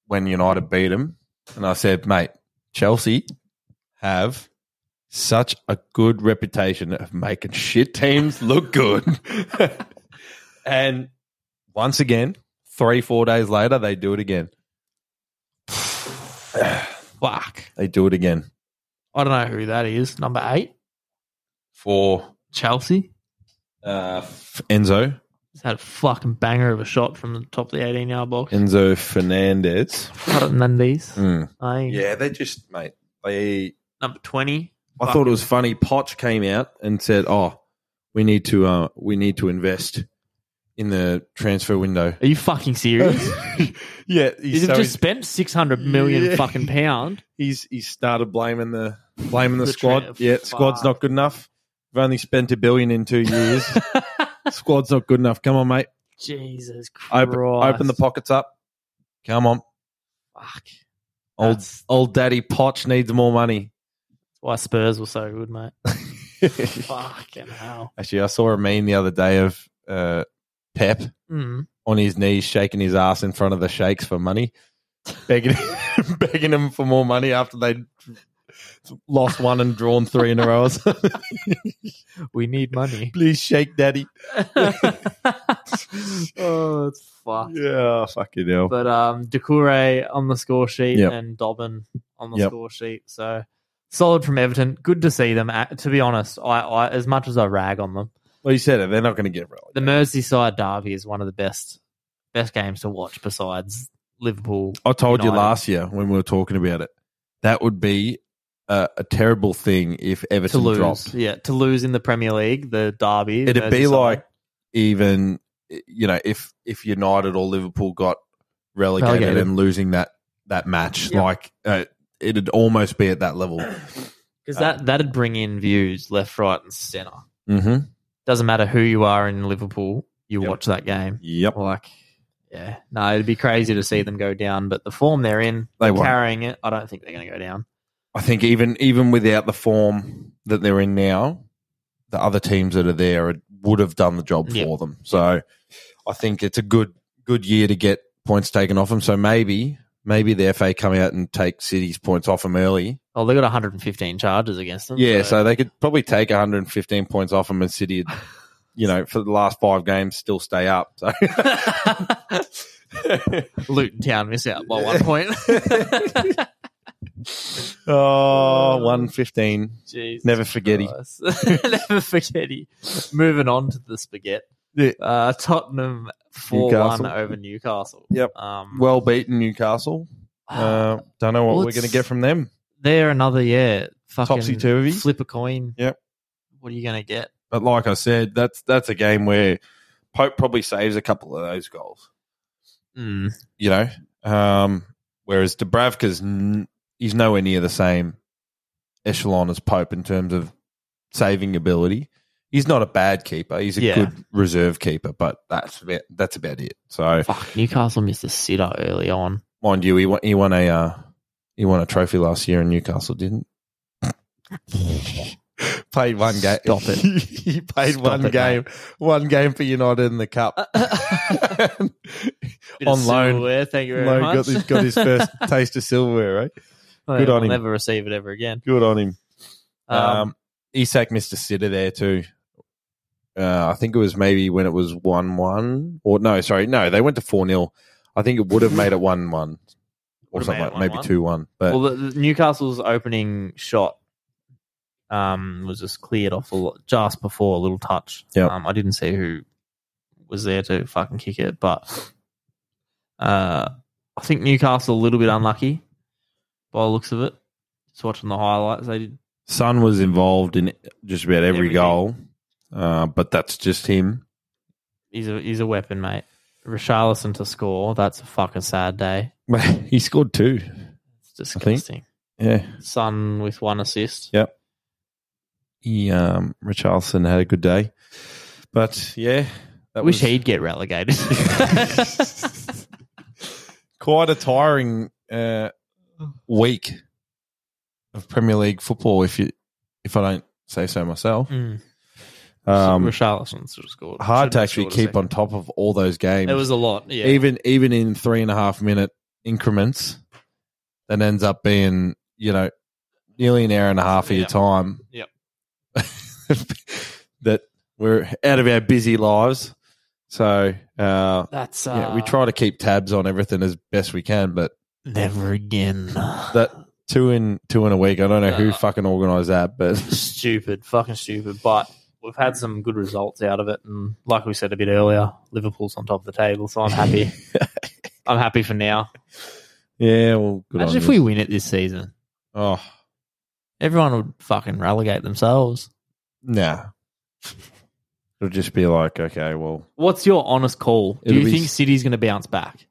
Speaker 1: when United beat him, and I said, "Mate, Chelsea have." Such a good reputation of making shit teams look good. and once again, three, four days later, they do it again.
Speaker 2: Fuck.
Speaker 1: They do it again.
Speaker 2: I don't know who that is. Number eight,
Speaker 1: For
Speaker 2: Chelsea.
Speaker 1: uh, Enzo.
Speaker 2: He's had a fucking banger of a shot from the top of the 18 yard box.
Speaker 1: Enzo Fernandez.
Speaker 2: Cut it and then these.
Speaker 1: Mm.
Speaker 2: I,
Speaker 1: Yeah, they just, mate, they
Speaker 2: Number 20.
Speaker 1: I thought it was funny. Potch came out and said, "Oh, we need to uh, we need to invest in the transfer window."
Speaker 3: Are you fucking serious?
Speaker 1: yeah,
Speaker 3: You've
Speaker 1: he's, so
Speaker 3: just spent six hundred million
Speaker 1: Yeah.
Speaker 3: fucking pound.
Speaker 1: he's he's started blaming the blaming the,
Speaker 2: The
Speaker 1: squad.
Speaker 2: tra-
Speaker 1: yeah, squad's
Speaker 2: fuck.
Speaker 1: not good enough. We've only spent a billion in two years. squad's not good enough. Come on, mate.
Speaker 3: Jesus Christ!
Speaker 1: Open, open the pockets up. Come on,
Speaker 3: Fuck.
Speaker 1: old
Speaker 3: That's-
Speaker 1: old daddy Potch needs more money.
Speaker 2: Why Spurs were so good, mate. Fucking hell.
Speaker 1: Actually, I saw a meme the other day of uh, Pep
Speaker 2: Mm.
Speaker 1: on his knees, shaking his ass in front of the sheikhs for money, begging begging them for more money after they lost one and drawn three in a row.
Speaker 2: We need money.
Speaker 1: Please shake, daddy.
Speaker 2: oh, it's fucked.
Speaker 1: Yeah, fucking hell.
Speaker 2: But um, Decoure on the score sheet
Speaker 1: Yep.
Speaker 2: and Dobbin on the
Speaker 1: Yep.
Speaker 2: score sheet. So solid from Everton. Good to see them. At, to be honest, I, I as much as I rag on them,
Speaker 1: Well, you said it. They're not going to get relegated.
Speaker 2: the Merseyside derby is one of the best best games to watch besides Liverpool.
Speaker 1: I told you
Speaker 2: United.
Speaker 1: last year when we were talking about it, that would be a, a terrible thing if
Speaker 2: to
Speaker 1: Everton
Speaker 2: lose,
Speaker 1: dropped.
Speaker 2: yeah, to lose in the Premier League, the derby.
Speaker 1: It'd be
Speaker 2: Merseyside.
Speaker 1: like even you know if if United or Liverpool got relegated,
Speaker 2: Relegated.
Speaker 1: and losing that that match,
Speaker 2: Yep.
Speaker 1: like uh, it'd almost be at that level.
Speaker 2: because that that'd bring in views left, right, and centre.
Speaker 1: mm-hmm.
Speaker 2: Doesn't matter who you are in Liverpool, you
Speaker 1: Yep.
Speaker 2: watch that game.
Speaker 1: Yep,
Speaker 2: Like, yeah, no, it'd be crazy to see them go down. But the form they're in,
Speaker 1: they won.
Speaker 2: carrying it, I don't think they're going to go down.
Speaker 1: I think even even without the form that they're in now, the other teams that are there would have done the job
Speaker 2: Yeah.
Speaker 1: for them. So I think it's a good good year to get points taken off them. So maybe maybe the FA come out and take City's points off them early.
Speaker 2: Oh, they got 115 charges against them.
Speaker 1: Yeah, so they could probably take 115 points off them, and City, would, you know, for the last five games, still stay up. So
Speaker 2: Luton Town miss out by one point.
Speaker 1: oh, 115.
Speaker 2: Jeez,
Speaker 1: Never forgetty.
Speaker 2: Never forgetty. Moving on to the spaghetti.
Speaker 1: Yeah.
Speaker 2: Uh, Tottenham four one
Speaker 1: Newcastle.
Speaker 2: over Newcastle.
Speaker 1: Yep.
Speaker 2: Um,
Speaker 1: Well beaten Newcastle. Uh, don't know what
Speaker 2: Well,
Speaker 1: we're going
Speaker 2: it's-
Speaker 1: to get from them.
Speaker 2: they're another yeah. Fucking
Speaker 1: Topsy-turvy.
Speaker 2: Flip a coin.
Speaker 1: Yep.
Speaker 2: What are you gonna get?
Speaker 1: But like I said, that's that's a game where Pope probably saves a couple of those goals.
Speaker 2: Mm.
Speaker 1: You know, um, whereas Dubravka's n- he's nowhere near the same echelon as Pope in terms of saving ability. He's not a bad keeper. He's a
Speaker 2: Yeah.
Speaker 1: good reserve keeper, but that's about, that's about it. So,
Speaker 2: Fuck. Newcastle missed a sitter early on.
Speaker 1: mind you, he won, he won a uh, he won a trophy last year, and Newcastle didn't. played one game.
Speaker 2: Stop it.
Speaker 1: he played
Speaker 2: Stop
Speaker 1: one
Speaker 2: it,
Speaker 1: game, one game for United in the cup.
Speaker 2: Bit of
Speaker 1: On loan.
Speaker 2: silverware, Thank you very
Speaker 1: Lowe
Speaker 2: much.
Speaker 1: got his, got his first taste of silverware, right?
Speaker 2: Well,
Speaker 1: Good on
Speaker 2: I'll
Speaker 1: him.
Speaker 2: Never receive it ever again.
Speaker 1: Good on him. Um,
Speaker 2: Um,
Speaker 1: Isak missed a sitter there too. Uh, I think it was maybe when it was 1 1. Or no, sorry. No, they went to 4 0. I think it would have made it 1 1 or
Speaker 2: Would've
Speaker 1: something
Speaker 2: made it
Speaker 1: like maybe
Speaker 2: 1-1.
Speaker 1: 2 1. But
Speaker 2: well, the, the Newcastle's opening shot um, was just cleared off a lot, just before a little touch.
Speaker 1: Yeah.
Speaker 2: Um, I didn't see who was there to fucking kick it, but uh, I think Newcastle a little bit unlucky by the looks of it. Just watching the highlights, they did.
Speaker 1: Son was involved in just about every
Speaker 2: Everything.
Speaker 1: goal, uh, but that's just him.
Speaker 2: He's a he's a weapon, mate. Richarlison to score. That's a fucking sad day.
Speaker 1: he scored two.
Speaker 2: It's
Speaker 1: think.
Speaker 2: disgusting.
Speaker 1: Yeah.
Speaker 2: Son with one assist.
Speaker 1: He, um, Richarlison had a good day. But yeah,
Speaker 2: I
Speaker 1: that
Speaker 2: wish
Speaker 1: was
Speaker 2: he'd get relegated.
Speaker 1: quite a tiring uh, week of Premier League football, if you if I don't say so myself.
Speaker 2: Mm.
Speaker 1: Um,
Speaker 2: Richarlison should have scored.
Speaker 1: hard
Speaker 2: Should
Speaker 1: to
Speaker 2: have
Speaker 1: actually
Speaker 2: scored a
Speaker 1: keep
Speaker 2: second.
Speaker 1: on top of all those games.
Speaker 2: It was a lot. Yeah.
Speaker 1: even even in three and a half minute increments that ends up being you know nearly an hour and a half of your
Speaker 2: Yeah.
Speaker 1: time
Speaker 2: Yep.
Speaker 1: that we're out of our busy lives so uh
Speaker 2: That's uh,
Speaker 1: yeah, we try to keep tabs on everything as best we can but
Speaker 2: Never again.
Speaker 1: that two in two in a week i don't know who
Speaker 2: Uh,
Speaker 1: fucking organized that but
Speaker 2: stupid, fucking stupid. But we've had some good results out of it, and like we said a bit earlier, Liverpool's on top of the table, so I'm happy. I'm happy for now.
Speaker 1: yeah well good on
Speaker 2: Imagine if
Speaker 1: yous.
Speaker 2: we win it this season.
Speaker 1: oh
Speaker 2: Everyone would fucking relegate themselves.
Speaker 1: Nah. It'll just be like, okay, well,
Speaker 2: What's your honest call?
Speaker 1: It'll
Speaker 3: Do you
Speaker 1: be
Speaker 3: think
Speaker 1: s-
Speaker 3: City's going to bounce back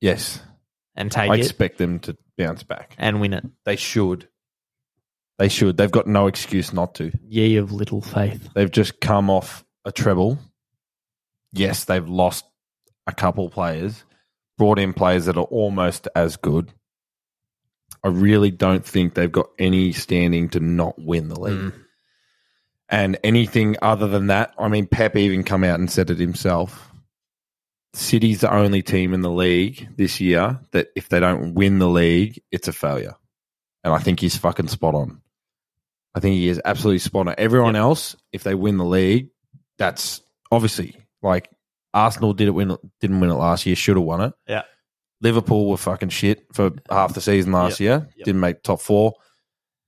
Speaker 1: yes,
Speaker 2: And take
Speaker 1: I
Speaker 2: it
Speaker 1: expect them to bounce back.
Speaker 2: and win it.
Speaker 1: They should. They should. They've got no excuse not to.
Speaker 3: ye of little faith?
Speaker 1: They've just come off a treble. Yes, they've lost a couple players, brought in players that are almost as good. I really don't think they've got any standing to not win the league. And anything other than that, I mean, Pep even come out and said it himself. City's the only team in the league this year that if they don't win the league, it's a failure. And I think he's fucking spot on. I think he is absolutely spot on. Everyone else, if they win the league, that's obviously like Arsenal did it win didn't win it last year, should have won it.
Speaker 2: Yeah.
Speaker 1: Liverpool were fucking shit for half the season last year.
Speaker 2: Yep.
Speaker 1: Didn't make top four.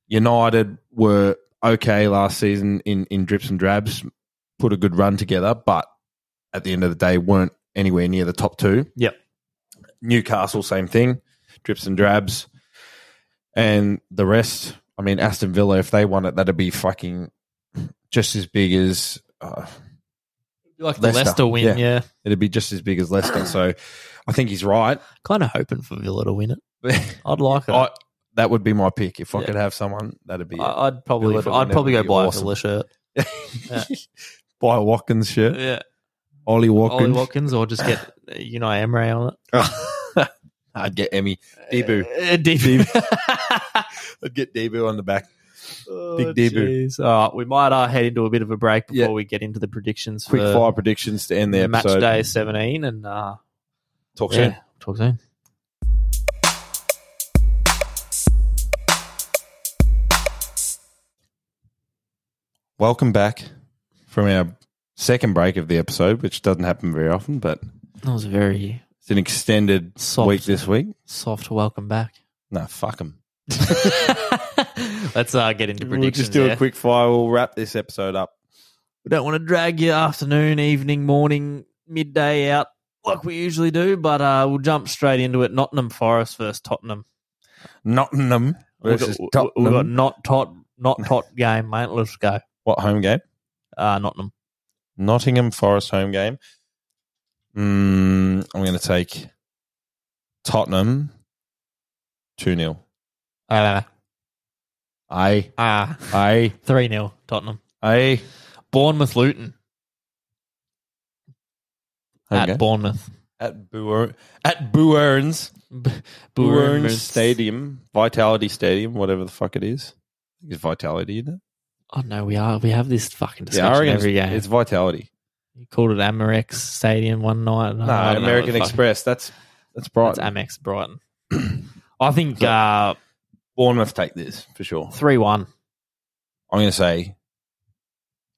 Speaker 1: United were okay last season in, in drips and drabs, put a good run together, but at the end of the day weren't anywhere near the top two.
Speaker 2: Yep.
Speaker 1: Newcastle, same thing, drips and drabs. And the rest, I mean, Aston Villa, if they won it, that'd be fucking just as big as. Uh,
Speaker 2: Like the
Speaker 1: Leicester.
Speaker 2: Leicester, win,
Speaker 1: Yeah.
Speaker 2: yeah.
Speaker 1: it'd be just as big as Leicester. So I think he's right.
Speaker 2: Kind of hoping for Villa to win it.
Speaker 1: I,
Speaker 2: I'd like it.
Speaker 1: that would be my pick. If I
Speaker 2: Yeah. Uh,
Speaker 1: could have someone, that'd be.
Speaker 2: I- I'd probably,
Speaker 1: Villa to win
Speaker 2: I'd
Speaker 1: it
Speaker 2: probably
Speaker 1: would
Speaker 2: go
Speaker 1: be
Speaker 2: buy
Speaker 1: awesome.
Speaker 2: a Villa shirt. yeah.
Speaker 1: Buy a Watkins shirt.
Speaker 2: Yeah,
Speaker 1: Ollie Watkins.
Speaker 2: Ollie Watkins, or just get uh, you know Emre on it.
Speaker 1: I'd get Emmy. Debu.
Speaker 2: Uh, Debu.
Speaker 1: I'd get Debu on the back.
Speaker 2: Oh,
Speaker 1: Big Debu.
Speaker 2: jeez. All right, we might uh, head into a bit of a break before
Speaker 1: Yeah.
Speaker 2: we get into the predictions
Speaker 1: Quick
Speaker 2: for
Speaker 1: fire predictions to end the
Speaker 2: match
Speaker 1: episode.
Speaker 2: day seventeen, and uh,
Speaker 1: Talk soon.
Speaker 2: yeah, talk soon.
Speaker 1: Welcome back from our second break of the episode, which doesn't happen very often, but
Speaker 2: That was a very
Speaker 1: it's an extended
Speaker 2: Soft.
Speaker 1: week this week.
Speaker 2: soft welcome back.
Speaker 1: Nah, fuck them.
Speaker 2: Let's uh, get into predictions.
Speaker 1: We'll just do
Speaker 2: yeah.
Speaker 1: a quick fire. We'll wrap this episode up.
Speaker 2: We don't want to drag your afternoon, evening, morning, midday out like we usually do, but uh, we'll jump straight into it. Nottingham Forest versus Tottenham.
Speaker 1: Nottingham versus
Speaker 2: we got, we-
Speaker 1: Tottenham.
Speaker 2: we got not tot not tot game, mate. Let's go.
Speaker 1: what home game?
Speaker 2: Uh, Nottingham.
Speaker 1: Nottingham Forest home game. Mm, I'm going to take Tottenham 2 0.
Speaker 2: Uh,
Speaker 1: I,
Speaker 2: uh,
Speaker 1: I,
Speaker 2: 3 0 Tottenham.
Speaker 1: I.
Speaker 2: Bournemouth Luton
Speaker 1: Home
Speaker 2: at
Speaker 1: game.
Speaker 2: Bournemouth.
Speaker 1: at Boer- at Bourne's
Speaker 2: B-
Speaker 1: Bourne's
Speaker 2: Bournemouth.
Speaker 1: Stadium, Vitality Stadium, whatever the fuck it is. Is Vitality in it?
Speaker 2: Oh no, we are we have this fucking discussion
Speaker 1: reckon
Speaker 2: every
Speaker 1: it's,
Speaker 2: game.
Speaker 1: it's Vitality.
Speaker 2: You called it Amex Stadium one night.
Speaker 1: No,
Speaker 2: I don't know
Speaker 1: American
Speaker 2: what the Oh, fuck-
Speaker 1: Express. That's that's bright.
Speaker 2: That's Amex Brighton. I think uh,
Speaker 1: Bournemouth take this for sure.
Speaker 2: three one.
Speaker 1: I'm going to say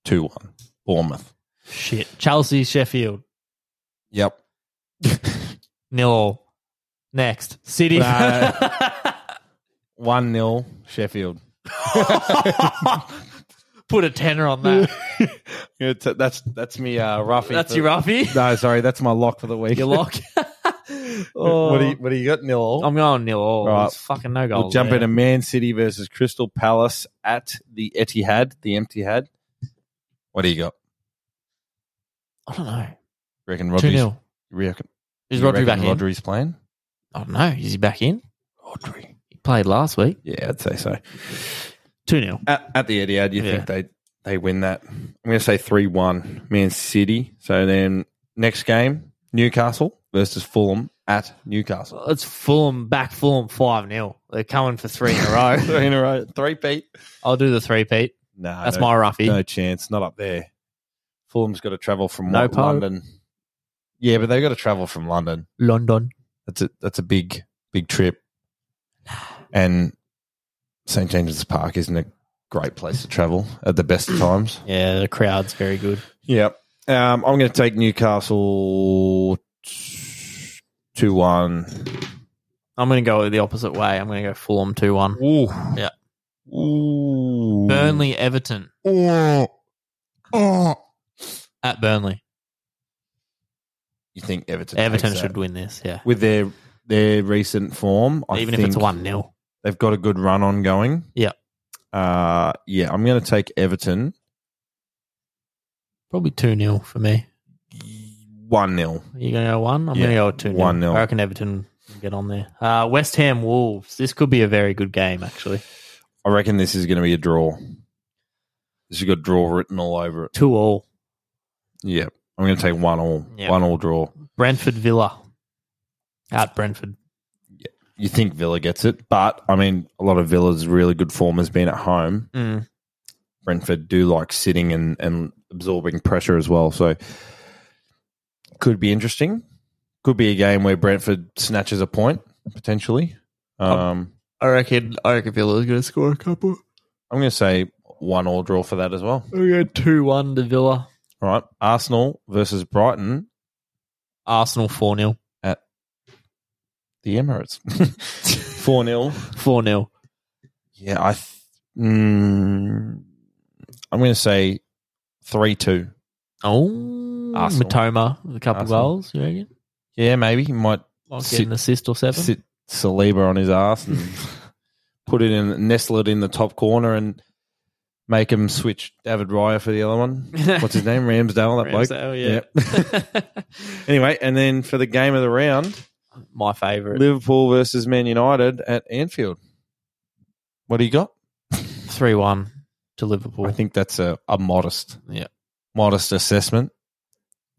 Speaker 1: two one Bournemouth.
Speaker 2: Shit. Chelsea, Sheffield,
Speaker 1: Yep.
Speaker 2: nil all. Next. City.
Speaker 1: No. One 0 Sheffield.
Speaker 2: Put a tenner on that.
Speaker 1: Yeah, t- that's that's me, uh, Ruffy.
Speaker 2: That's
Speaker 1: for-
Speaker 2: your roughie.
Speaker 1: No, sorry, that's my lock for the week.
Speaker 2: Your lock.
Speaker 1: What do you
Speaker 2: Oh.
Speaker 1: What do you got, Nil?
Speaker 2: I'm going nil all.
Speaker 1: Right.
Speaker 2: There's fucking no goals.
Speaker 1: We'll jump
Speaker 2: there.
Speaker 1: into Man City versus Crystal Palace at the Etihad, the empty had. What do you got?
Speaker 2: I don't know.
Speaker 1: Reckon
Speaker 2: 2
Speaker 1: Rodri's,
Speaker 2: 0.
Speaker 1: reckon,
Speaker 2: Is
Speaker 1: you
Speaker 2: Rodri
Speaker 1: reckon
Speaker 2: back in?
Speaker 1: Rodri's playing?
Speaker 2: I don't know. Is he back in?
Speaker 1: Rodri.
Speaker 2: He played last week.
Speaker 1: Yeah, I'd say so.
Speaker 2: 2 0.
Speaker 1: At, at the Etihad, you
Speaker 2: Yeah.
Speaker 1: think they they win that? I'm going to say three one Man City. So then next game, Newcastle versus Fulham at Newcastle.
Speaker 2: It's Fulham, back Fulham 5 0. They're coming for three in a row.
Speaker 1: three in a row, three beat.
Speaker 2: I'll do the three, Pete.
Speaker 1: Nah,
Speaker 2: That's
Speaker 1: no,
Speaker 2: my roughie.
Speaker 1: no chance. Not up there. Fulham's got to travel from
Speaker 2: No
Speaker 1: what,
Speaker 2: po?
Speaker 1: London. Yeah, but they've got to travel from London.
Speaker 2: London.
Speaker 1: That's a that's a big big trip. And St James's Park isn't a great place to travel at the best of times.
Speaker 2: Yeah, the crowd's very good.
Speaker 1: Yep. Um, I'm going to take Newcastle two one.
Speaker 2: I'm going to go the opposite way. I'm going to go Fulham 2 1.
Speaker 1: Ooh.
Speaker 2: Yeah.
Speaker 1: Ooh.
Speaker 2: Burnley, Everton
Speaker 1: Oh. Oh.
Speaker 2: at Burnley.
Speaker 1: You think Everton?
Speaker 2: Everton
Speaker 1: takes
Speaker 2: should
Speaker 1: that.
Speaker 2: win this, yeah.
Speaker 1: with their their recent form. I
Speaker 2: Even if it's
Speaker 1: think
Speaker 2: 1 0.
Speaker 1: they've got a good run ongoing.
Speaker 2: Yep.
Speaker 1: Uh, yeah, I'm going to take Everton
Speaker 2: Probably 2 0 for me.
Speaker 1: 1 0.
Speaker 2: You're going to go 1? I'm
Speaker 1: Yeah,
Speaker 2: going to go 2
Speaker 1: one nil.
Speaker 2: I reckon Everton can get on there. Uh, West Ham Wolves. This could be a very good game, actually.
Speaker 1: I reckon this is going to be a draw. This has got draw written all over it.
Speaker 2: 2 all.
Speaker 1: Yeah. I'm going to take one all,
Speaker 4: Yeah.
Speaker 1: one all draw.
Speaker 2: Brentford Villa. At Brentford.
Speaker 1: You think Villa gets it, but I mean, a lot of Villa's really good form has been at home.
Speaker 4: Mm.
Speaker 1: Brentford do like sitting and, and absorbing pressure as well. So could be interesting. Could be a game where Brentford snatches a point potentially. Um,
Speaker 4: I reckon I reckon Villa's going to score a couple.
Speaker 1: I'm going to say one all draw for that as well.
Speaker 4: We go two one to Villa.
Speaker 1: All right, Arsenal versus Brighton
Speaker 2: Arsenal 4 0.
Speaker 1: the Emirates. 4 0.
Speaker 2: 4 0.
Speaker 1: Yeah, I. Th- mm, I'm going to say 3 2.
Speaker 2: Oh.
Speaker 1: Arsenal.
Speaker 2: Matoma with a couple
Speaker 1: Arsenal.
Speaker 2: goals, you reckon?
Speaker 1: Yeah, maybe. He might
Speaker 2: Might
Speaker 1: Sit-
Speaker 2: get an assist or seven.
Speaker 1: sit Saliba on his ass and put it in, nestle it in the top corner and make him switch David Raya for the other one. What's his name? Ramsdale, that bloke.
Speaker 2: Ramsdale,
Speaker 1: Anyway, and then for the game of the round,
Speaker 2: My favourite.
Speaker 1: Liverpool versus Man United at Anfield. What do you got?
Speaker 2: 3 1 to Liverpool.
Speaker 1: I think that's a, a modest,
Speaker 2: Yeah.
Speaker 1: modest assessment.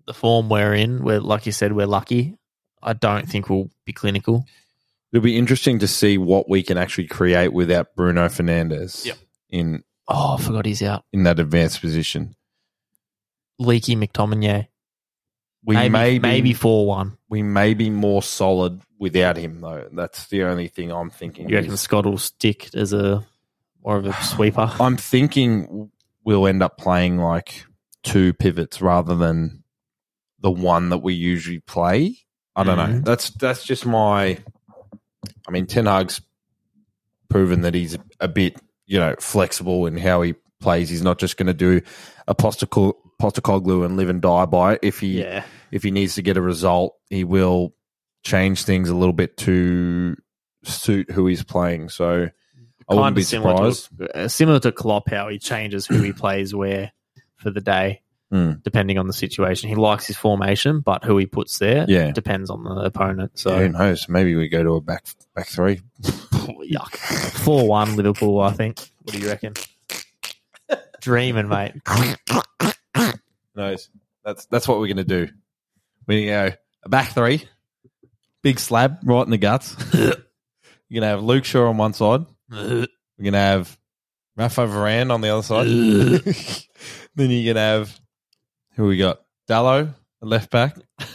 Speaker 2: the form we're in, we're like you said, we're lucky. I don't think we'll be clinical.
Speaker 1: It'll be interesting to see what we can actually create without Bruno Fernandez
Speaker 2: Yep.
Speaker 1: in
Speaker 2: Oh, I forgot he's out.
Speaker 1: in that advanced position.
Speaker 2: Leaky McTominay.
Speaker 1: We
Speaker 2: maybe
Speaker 1: may be,
Speaker 2: maybe four one.
Speaker 1: we may be more solid without him though. That's the only thing I'm thinking.
Speaker 2: You reckon
Speaker 1: is-
Speaker 2: Scott will stick as a more of a sweeper?
Speaker 1: I'm thinking we'll end up playing like two pivots rather than the one that we usually play. I don't know.
Speaker 2: Mhm.
Speaker 1: That's that's just my. I mean, Ten Hag's proven that he's a bit, you know, flexible in how he plays. He's not just going to do a Postacog- Postacoglu and live and die by it. If he
Speaker 2: yeah.
Speaker 1: if he needs to get a result, he will change things a little bit to suit who he's playing. So I wouldn't
Speaker 2: Kinda
Speaker 1: be
Speaker 2: similar to-
Speaker 1: surprised.
Speaker 2: Uh, similar to Klopp, how he changes who he plays where for the day,
Speaker 1: Hmm.
Speaker 2: depending on the situation. He likes his formation, but who he puts there
Speaker 1: Yeah.
Speaker 2: depends on the opponent. So
Speaker 1: who knows? Maybe we go to a back back three.
Speaker 2: Yuck. 4 1 Liverpool, I think. What do you reckon? Dreaming, mate.
Speaker 1: Who knows? That's that's what we're gonna do. We go a back three, big slab right in the guts. You're gonna have Luke Shaw on one side. We're gonna have Rafa Varane on the other side. then you're gonna have who we got? Dallo, the left back.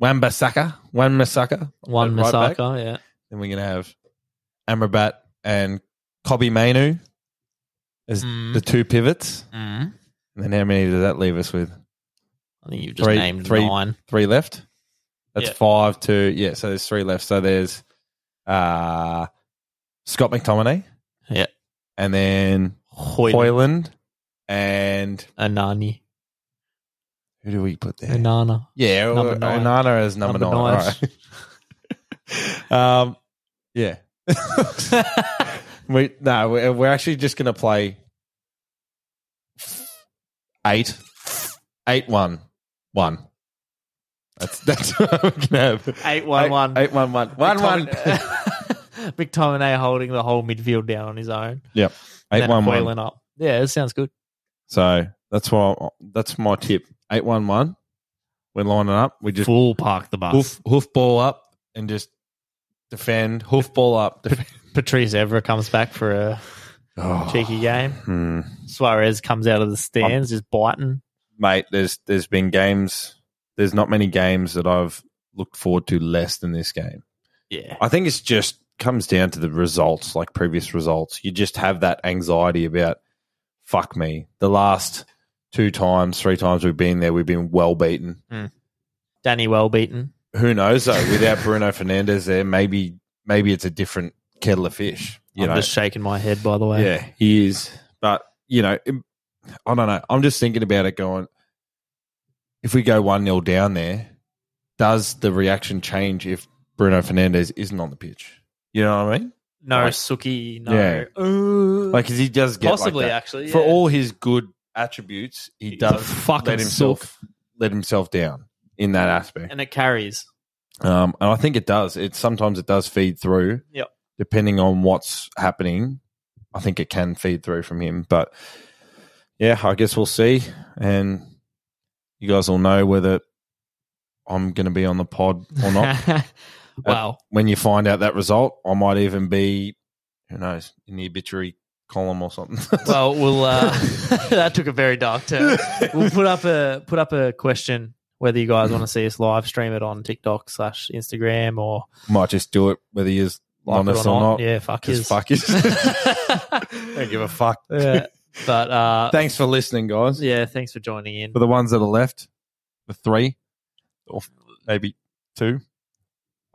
Speaker 1: Wambasaka, Wan Masaka.
Speaker 2: One
Speaker 1: Right back.
Speaker 2: Masaka, yeah.
Speaker 1: Then we're gonna have Amrabat and Kobe Mainu as
Speaker 2: Mm.
Speaker 1: the two pivots.
Speaker 2: Mm.
Speaker 1: And then how many does that leave us with?
Speaker 2: I think you've just
Speaker 1: Three-
Speaker 2: named
Speaker 1: three-
Speaker 2: nine.
Speaker 1: Three left. That's
Speaker 2: Yeah.
Speaker 1: five to yeah. So there's three left. So there's uh, Scott McTominay.
Speaker 2: Yeah.
Speaker 1: and then
Speaker 2: Hoyt,
Speaker 1: Hoyland, and
Speaker 2: Anani,
Speaker 1: who do we put there?
Speaker 2: Anana.
Speaker 1: Yeah,
Speaker 2: Number
Speaker 1: or-
Speaker 2: nine.
Speaker 1: Onana is number,
Speaker 2: Number
Speaker 1: nine.
Speaker 2: nine.
Speaker 1: All right. um, yeah. we no, we're, we're actually just gonna play eight, eight one, one. That's that's what we're gonna have.
Speaker 2: 8 1 1.
Speaker 1: Eight one one. One one.
Speaker 2: McTominay holding the whole midfield down on his own.
Speaker 1: Yep.
Speaker 2: And
Speaker 1: Eight
Speaker 2: then
Speaker 1: one one.
Speaker 2: Hoyland up. Yeah, that sounds good.
Speaker 1: So that's why that's my tip. Eight one one. We're lining up. We just
Speaker 2: Full park the bus.
Speaker 1: hoof, hoof ball up and just defend. Hoof ball up. Defend.
Speaker 2: Patrice Evra comes back for a
Speaker 1: Oh.
Speaker 2: cheeky game.
Speaker 1: Hmm.
Speaker 2: Suarez comes out of the stands, just biting.
Speaker 1: Mate, there's there's been games. There's not many games that I've looked forward to less than this game.
Speaker 2: Yeah.
Speaker 1: I think it's just comes down to the results, like previous results. You just have that anxiety about fuck me. The last two times, three times we've been there, we've been well beaten.
Speaker 2: Danny Wellbeaten.
Speaker 1: Who knows though? Without Bruno Fernandez there, maybe maybe it's a different kettle of fish. You
Speaker 2: I'm
Speaker 1: know,
Speaker 2: just shaking my head, by the way.
Speaker 1: Yeah, he is. But you know, it- I don't know. I'm just thinking about it. Going, if we go one 0 down there, does the reaction change if Bruno Fernandez isn't on the pitch? You know what I mean?
Speaker 2: No
Speaker 1: Like-
Speaker 2: Suki, no.
Speaker 1: Yeah.
Speaker 2: "Ooh,
Speaker 1: Like, 'cause he does get like
Speaker 2: Possibly,
Speaker 1: that.
Speaker 2: actually.
Speaker 1: for
Speaker 2: yeah.
Speaker 1: all his good attributes, he
Speaker 2: He's
Speaker 1: does
Speaker 2: a
Speaker 3: fucking
Speaker 1: let himself
Speaker 3: himself.
Speaker 1: let himself down in that aspect.
Speaker 2: And it carries.
Speaker 1: Um, and I think it does. It sometimes it does feed through.
Speaker 2: Yep.
Speaker 1: Depending on what's happening, I think it can feed through from him. But yeah, I guess we'll see, and you guys will know whether I'm going to be on the pod or not.
Speaker 3: wow.
Speaker 1: when you find out that result, I might even be, who knows, in the obituary column or something.
Speaker 2: Well, we'll. Uh, that took a very dark turn. We'll put up a put up a question whether you guys want to see us live stream it on TikTok slash Instagram or
Speaker 1: might just do it whether he is
Speaker 2: like
Speaker 1: honest
Speaker 2: it or, not.
Speaker 1: not.
Speaker 2: Yeah, fuck
Speaker 1: Because
Speaker 2: is.
Speaker 1: fuck is. Don't give
Speaker 2: yeah,
Speaker 1: a fuck.
Speaker 2: but uh,
Speaker 1: Thanks for listening, guys.
Speaker 2: yeah, thanks for joining in.
Speaker 1: For the ones that are left, the three, or maybe two.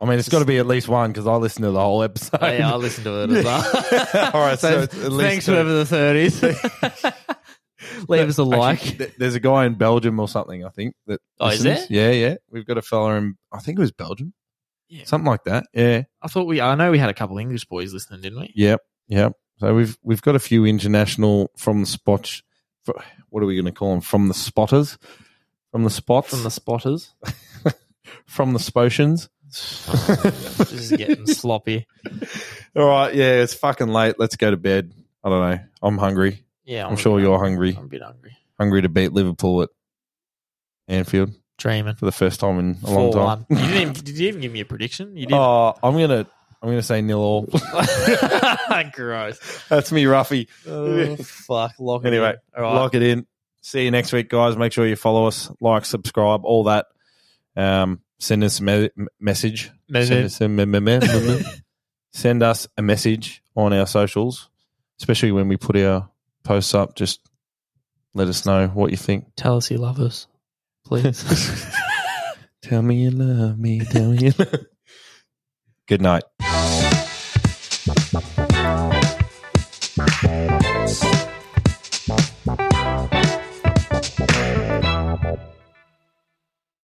Speaker 1: I mean, it's got to be at least one because I listened to the whole episode.
Speaker 2: Oh, yeah, I'll listen to it as well.
Speaker 1: All right, so it's at least
Speaker 2: thanks
Speaker 1: two.
Speaker 2: whoever the third is. Leave us a
Speaker 1: Actually,
Speaker 2: like.
Speaker 1: th- there's a guy in Belgium or something, I think. That
Speaker 2: Oh, is
Speaker 1: listens. Yeah, yeah. We've got a fella in, I think it was Belgium,
Speaker 2: Yeah.
Speaker 1: something like that. Yeah,
Speaker 2: I thought we. I know we had a couple English boys listening, didn't we?
Speaker 1: yep, yep. So we've we've got a few international from the spot. fr- What are we going to call them? From the spotters, from the spots,
Speaker 2: From the spotters.
Speaker 1: from the spotions.
Speaker 2: this is getting sloppy.
Speaker 1: All right, yeah, it's fucking late. Let's go to bed. I don't know. I'm hungry.
Speaker 2: Yeah,
Speaker 1: I'm, sure you're hungry.
Speaker 2: I'm a bit hungry.
Speaker 1: Hungry to beat Liverpool at Anfield
Speaker 2: Dreaming.
Speaker 1: for the first time in a long
Speaker 2: Four
Speaker 1: time.
Speaker 2: one. You didn't. Even, did you even give me a prediction? You didn't.
Speaker 1: Oh, I'm gonna, I'm gonna say nil all.
Speaker 2: Gross.
Speaker 1: That's me, Ruffy.
Speaker 2: Oh, fuck. Lock it
Speaker 1: Anyway,
Speaker 2: in. all right.
Speaker 1: Lock it in. See you next week, guys. Make sure you follow us, like, subscribe, all that. Um, send us a me- m- message.
Speaker 2: Me-
Speaker 1: Send us a me- me- me- me- me- send us a message on our socials, especially when we put our posts up. Just let us know what you think.
Speaker 2: Tell us you love us, please.
Speaker 1: Tell me you love me. Tell me you love Good night.